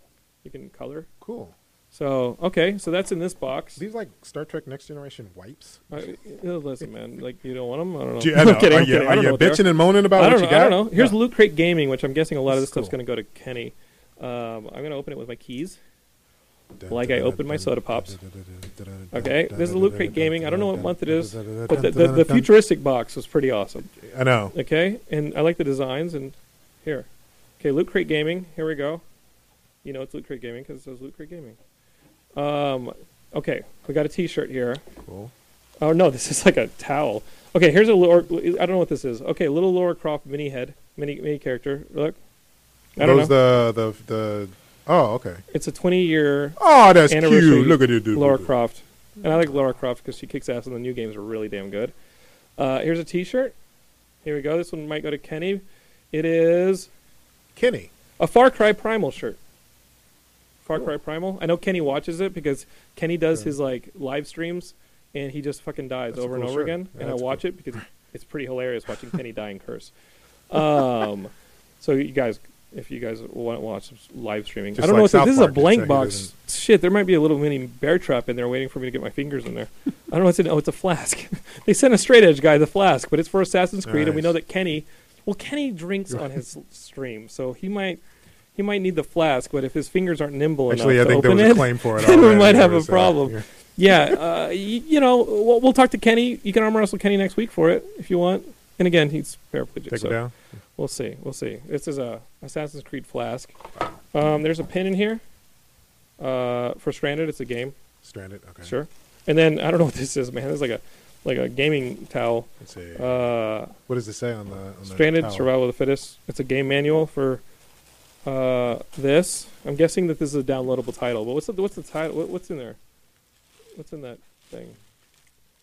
A: You can color.
B: Cool.
A: So okay, so that's in this box.
B: These like Star Trek Next Generation wipes.
A: Uh, uh, listen, man, like you don't want them. I don't know.
B: Do you,
A: I'm
B: I know. Uh,
A: kidding,
B: are
A: I'm
B: you,
A: kidding. I
B: are
A: don't
B: you
A: know what they are.
B: bitching and moaning about
A: I don't
B: what
A: know.
B: you got?
A: I don't know. Here's
B: No.
A: Loot Crate Gaming, which I'm guessing a lot of this
B: This
A: stuff's
B: is cool.
A: going to go to Kenny. Um, I'm going to open it with my keys.
B: Dun,
A: like
B: dun,
A: I
B: dun,
A: opened my
B: dun,
A: soda
B: dun,
A: pops.
B: dun, dun, dun, dun, dun,
A: Okay,
B: dun,
A: this is
B: dun,
A: Loot
B: dun,
A: Crate
B: dun,
A: Gaming. I don't know what
B: dun,
A: month it
B: dun,
A: is,
B: dun, dun,
A: but the,
B: dun,
A: the,
B: dun,
A: the
B: dun.
A: futuristic box was pretty awesome.
B: I know.
A: Okay, and I like the designs and here. Okay, Loot Crate Gaming. Here we go. You know it's Loot Crate Gaming because it says Loot Crate Gaming. Um, okay, we got a T-shirt here.
B: Cool.
A: Oh no, this is like a towel. Okay, here's a Laura. I don't know what this is. Okay, little Laura Croft mini head, mini mini character. Look, I don't
B: Those
A: know.
B: the the the. Oh, okay.
A: it's a 20 year
B: Oh, that's
A: anniversary.
B: cute. Look at it, dude.
A: Laura Croft, and I like Laura Croft because she kicks ass, and the new games are really damn good. Uh, here's a T-shirt. Here we go. This one might go to Kenny. It is
B: Kenny.
A: a Far Cry Primal shirt. Far Cry Primal. I know Kenny watches it because Kenny does his like live streams, and he just fucking dies
B: That's a
A: over and
B: cool
A: over
B: shirt.
A: again.
B: Yeah,
A: and I
B: that's
A: watch it because it's pretty hilarious watching Kenny die and curse. Um, so you guys, if you guys want to watch some live streaming,
B: Just
A: I don't
B: like
A: know. What this, this
B: South
A: is a
B: Park did, so
A: blank
B: he
A: box
B: doesn't-
A: shit, there might be a little mini bear trap in there waiting for me to get my fingers in there. I don't know what's in. Oh, it's a flask. they sent a straight edge guy the flask, but it's for Assassin's Creed, and we
B: Nice.
A: know that Kenny. Well, Kenny drinks on his stream, so he might he might need the flask. But if his fingers aren't nimble
B: Actually, I
A: enough
B: think
A: to
B: there
A: open
B: was a
A: it,
B: claim for it.
A: then we
B: already,
A: might
B: there
A: have a
B: was, uh,
A: problem.
B: yeah.
A: yeah, uh, y- you know, we'll, we'll talk to Kenny. You can arm wrestle Kenny next week for it if you want. And again, he's paraplegic,
B: Take
A: so
B: it down.
A: we'll see. We'll see. This is a Assassin's Creed flask. Um, there's a pin in here uh, for Stranded. It's a game,
B: Stranded. Okay.
A: sure. And then I don't know what this is, man. This is like a like a gaming towel.
B: Let's see.
A: Uh,
B: what does it say on the on the
A: Stranded:
B: towel?
A: Survival of the Fittest. It's a game manual for uh, this. I'm guessing that this is a downloadable title. But what's the what's the title? What, what's in there? What's in that thing?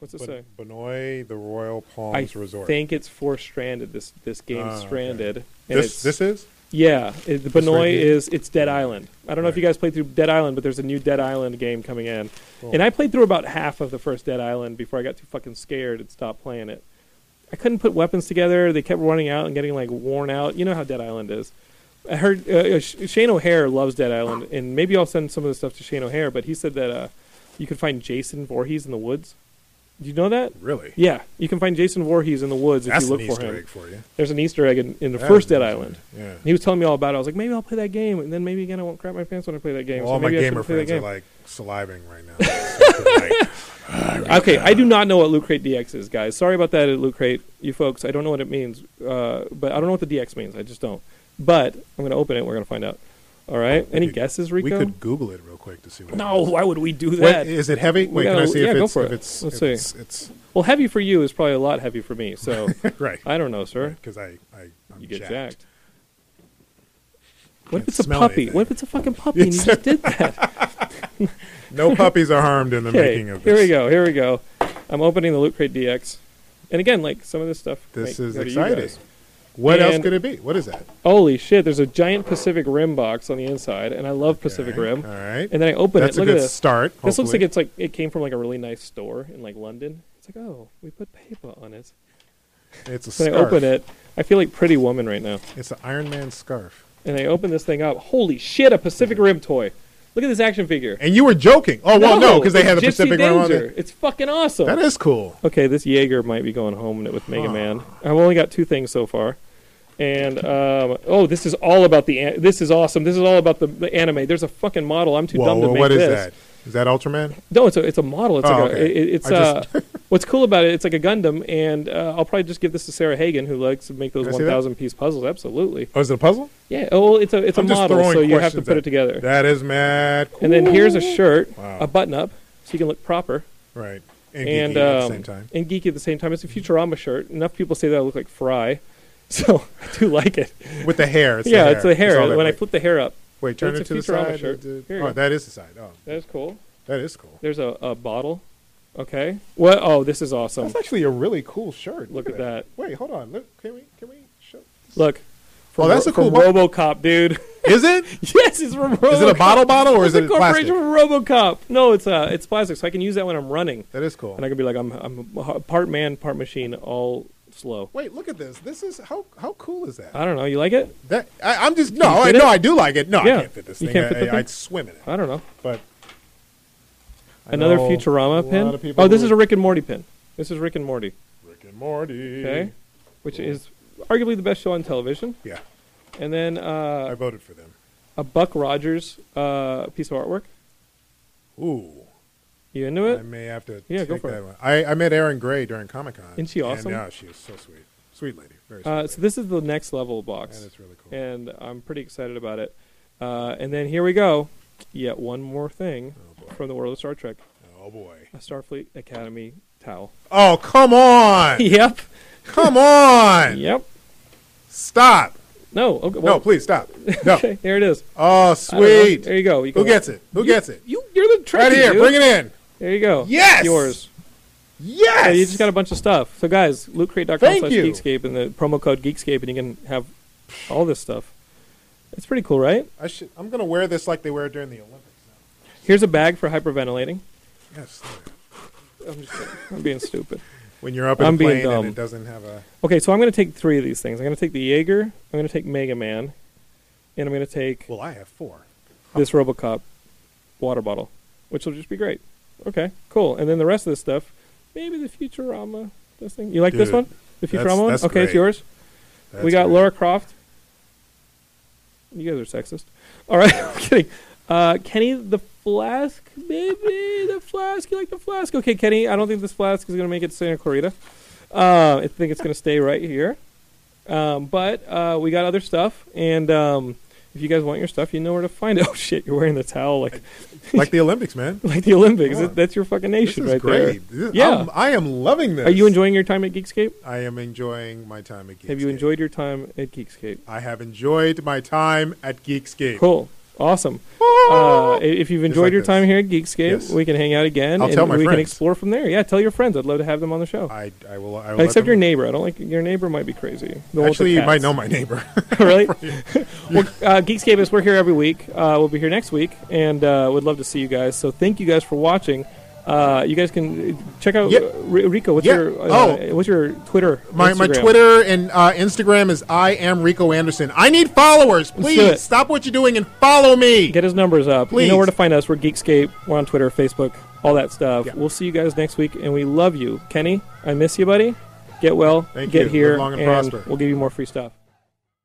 A: What's it
B: But-
A: say?
B: Benoit, the Royal Palms
A: I
B: Resort.
A: think it's for Stranded. This this game
B: Ah, okay.
A: Stranded. And
B: this
A: it's,
B: this is
A: yeah, it, the
B: right
A: Benoit
B: here?
A: is it's Dead Island. I don't know if
B: Right.
A: you guys played through Dead Island, but there's a new Dead Island game coming in,
B: Cool.
A: and I played through about half of the first Dead Island before I got too fucking scared and stopped playing it. I couldn't put weapons together. They kept running out and getting like worn out. You know how Dead Island is. I heard uh, uh, Sh- Shane O'Hare loves Dead Island, and maybe I'll send some of the stuff to Shane O'Hare. But he said that uh, you could find Jason Voorhees in the woods. Do you know that?
B: really
A: Yeah, you can find Jason Voorhees in the woods if
B: that's
A: you look
B: an
A: for
B: Easter
A: him.
B: egg for you.
A: There's an Easter egg in, in the
B: That
A: first
B: is
A: Dead
B: an Easter
A: Island.
B: egg. Yeah.
A: And he was telling me all about it. I was like, maybe I'll play that game, and then maybe again I won't crap my pants when I play that game.
B: Well,
A: so
B: all my
A: maybe I
B: gamer
A: shouldn't play that
B: friends are
A: game.
B: like saliving right now. So they're like,
A: okay, I do not know what Loot Crate DX is, guys. Sorry about that at Loot Crate, you folks. I don't know what it means, uh, but I don't know what the DX means. I just don't. But I'm going to open it. and We're going to find out. All right. Any
B: could-
A: guesses,
B: Oh, we
A: Rico?
B: could Google it real quick to see what.
A: no.
B: it is.
A: Why would we do
B: Wait,
A: that?
B: is it heavy?
A: We
B: Wait, can I
A: gotta-
B: see if
A: yeah, go
B: it's
A: for
B: if
A: it.
B: it's
A: Let's
B: if it's, it's
A: well, heavy for you is probably a lot heavy for me. So
B: right?
A: I don't know, sir.
B: Because I I I'm
A: You get jacked.
B: jacked.
A: What
B: Can't
A: if it's a
B: smell
A: puppy?
B: anything.
A: What if it's a fucking puppy and you just did that?
B: No puppies are harmed in the
A: Okay,
B: making of this.
A: here we go. Here we go. I'm opening the Loot Crate DX, and again, like some of this stuff.
B: This
A: might
B: is
A: go to you guys.
B: exciting. What else
A: And-
B: could it be? What is that?
A: Holy shit! There's a giant Pacific Rim box on the inside, and I love Pacific
B: Okay,
A: Rim.
B: All right.
A: And then I open
B: That's
A: it.
B: a
A: Look
B: good
A: at this.
B: start.
A: This looks like
B: hopefully.
A: it's like it came from like a really nice store in like London. It's like, oh, we put paper on it.
B: it's a
A: When
B: scarf.
A: I open it, I feel like Pretty Woman right now.
B: It's an Iron Man scarf.
A: And I open this thing up. Holy shit! A Pacific Rim toy. Look at this action figure.
B: And you were joking. Oh well, no, because they
A: it's
B: had the
A: Gypsy
B: Pacific Rim on
A: Danger.
B: it.
A: It's fucking awesome.
B: That is cool.
A: Okay, this Jaeger might be going home with Mega Man. I've only got two things so far. And um, oh, this is all about the. An- this is awesome. This is all about the, the anime. There's a fucking model. I'm too
B: Whoa,
A: dumb to
B: whoa,
A: make
B: what is
A: this.
B: that? Is that Ultraman?
A: No, it's a it's a model. It's
B: Oh,
A: like a,
B: okay.
A: it, it's
B: I just-
A: uh, what's cool about it. It's like a Gundam, and uh, I'll probably just give this to Sarah Hagen, who likes to make those
B: Can I see
A: one
B: that?
A: thousand piece puzzles. Absolutely,
B: Oh, is it a puzzle?
A: yeah. Oh, well, it's a it's
B: I'm
A: a
B: just
A: model,
B: throwing
A: so you have to
B: questions
A: put
B: at-
A: it together.
B: That is mad. Cool.
A: and then here's a shirt,
B: Wow.
A: a button up, so you can look proper
B: right.
A: and
B: geeky at the
A: um,
B: same time.
A: and geeky at the same time. It's a Futurama shirt. Enough people say that I look like Fry, so I do like it.
B: With the hair. It's
A: yeah,
B: the hair.
A: it's the hair.
B: all that
A: when I
B: big-
A: flip the hair up,
B: Wait, turn
A: it's
B: it
A: a
B: to the
A: Futurama
B: side.
A: shirt.
B: Did-
A: Here you
B: Oh,
A: go.
B: that is the side. Oh,
A: that's cool.
B: that is cool.
A: There's a, a bottle. Okay. What? Oh, this is awesome.
B: That's actually a really cool shirt.
A: Look at that.
B: Wait, hold on. Look, can we? Can we? Show?
A: Look. From,
B: Oh, that's a
A: from
B: cool bo-
A: RoboCop, dude.
B: Is it?
A: yes, it's from RoboCop.
B: Is it a bottle bottle or is
A: It's a
B: it plastic?
A: corporation from RoboCop. No, it's uh, it's plastic, so I can use that when I'm running,
B: That is cool.
A: and I can be like, I'm I'm a part man, part machine, all slow.
B: Wait, look at this. This is how how cool is that?
A: I don't know. You like it?
B: that I, I'm just no, I
A: Uh, fit
B: no,
A: it?
B: I do like it. No,
A: Yeah.
B: I can't fit this
A: You
B: thing.
A: can't fit
B: I,
A: the thing? Uh,
B: would swim in it,
A: I don't know.
B: but I
A: Another
B: know a
A: Futurama
B: lot of
A: pin.
B: people
A: Oh, this
B: who-
A: is a Rick and Morty pin. This is Rick and Morty.
B: Rick and Morty.
A: Okay, which is arguably the best show on television.
B: Yeah,
A: And then
B: I
A: uh,
B: voted for them.
A: a Buck Rogers uh, piece of artwork.
B: Ooh,
A: You into it?
B: I may have to
A: Yeah,
B: take
A: go for
B: that
A: it.
B: one. I, I met Erin Gray during Comic Con.
A: Isn't she awesome?
B: Yeah, she was so sweet, sweet lady, very sweet.
A: Uh, so
B: lady.
A: this is the next level box.
B: and it's really cool.
A: and I'm pretty excited about it. Uh, and then here we go. Yet one more thing
B: Oh, boy.
A: from the world of Star Trek:
B: Oh boy.
A: a Starfleet Academy towel.
B: Oh come on,
A: yep.
B: come on,
A: Yep.
B: stop.
A: No. Okay.
B: No,
A: Well,
B: please stop. No.
A: okay. There it is.
B: Oh
A: I don't know.
B: sweet.
A: There you go. You
B: Who
A: can
B: gets it? Who gets it?
A: You. You're the tricky
B: Right here.
A: Dude.
B: Bring it in.
A: There you go.
B: Yes!
A: It's yours.
B: Yes.
A: So you just got a bunch of stuff. So guys, lootcrate.com
B: Thank
A: slash
B: you.
A: Geekscape and the promo code Geekscape, and you can have all this stuff. It's pretty cool, right?
B: I should. I'm gonna wear this like they wear it during the Olympics.
A: Here's a bag for hyperventilating.
B: now. Yes. look.
A: I'm just kidding. I'm being stupid.
B: When you're up in
A: I'm
B: a
A: being
B: plane
A: dumb.
B: and it doesn't have a.
A: Okay, so I'm going to take three of these things. I'm going to take the Jaeger, I'm going to take Mega Man, and I'm going to take
B: Well, I have four.
A: this RoboCop. water bottle, which will just be great. Okay, cool. And then the rest of this stuff, maybe the Futurama. This thing. You like this
B: Dude,
A: one? The
B: that's-
A: Futurama one?
B: that's
A: Okay, it's
B: great.
A: yours. we
B: That's
A: got
B: great.
A: Laura Croft. You guys are sexist. All right, I'm kidding. Uh, Kenny the Flask, maybe the Flask. You like the Flask? Okay, Kenny. I don't think this Flask is gonna make it to Santa Clarita. Uh, I think it's gonna stay right here. Um, but uh, we got other stuff, and um, if you guys want your stuff, you know where to find it. Oh shit, you're wearing the towel like
B: like the Olympics, man.
A: like the Olympics.
B: Yeah.
A: That's your fucking
B: This
A: nation
B: is
A: right
B: great.
A: there.
B: This-
A: Yeah.
B: I'm- I am loving this.
A: Are you enjoying your time at Geekscape?
B: I am enjoying my time at Geekscape.
A: Have you enjoyed your time at Geekscape?
B: I have enjoyed my time at Geekscape.
A: Cool. Awesome. Uh, i- if you've enjoyed
B: like
A: your
B: this.
A: time here at Geekscape,
B: Yes.
A: we can hang out again
B: I'll
A: and
B: tell my
A: we can
B: friends.
A: explore from there. Yeah, tell your friends. I'd love to have them on the show.
B: I, I will. I will let
A: Except
B: them-
A: your neighbor. I don't like your neighbor might be crazy. The one with the
B: Actually, you might
A: cats.
B: know my neighbor.
A: really? well, uh, Geekscape is we're here every week. Uh, we'll be here next week, and uh, would love to see you guys. So thank you guys for watching. Uh, you guys can check out
B: Yeah.
A: uh, R- Rico. What's
B: Yeah.
A: your uh,
B: Oh.
A: what's your Twitter?
B: my, my
A: Instagram?
B: Twitter and uh, Instagram is I am Rico Anderson. I need followers.
A: Let's do it.
B: Please stop what you're doing and follow me.
A: Get his numbers up. You
B: Please.
A: know where to find us. We're Geekscape. We're on Twitter, Facebook, all that stuff.
B: Yeah.
A: We'll see you guys next week, and we love you, Kenny. I miss you, buddy. Get well.
B: Thank
A: get
B: you.
A: here.
B: Live long and prosper.
A: We'll give you more free stuff.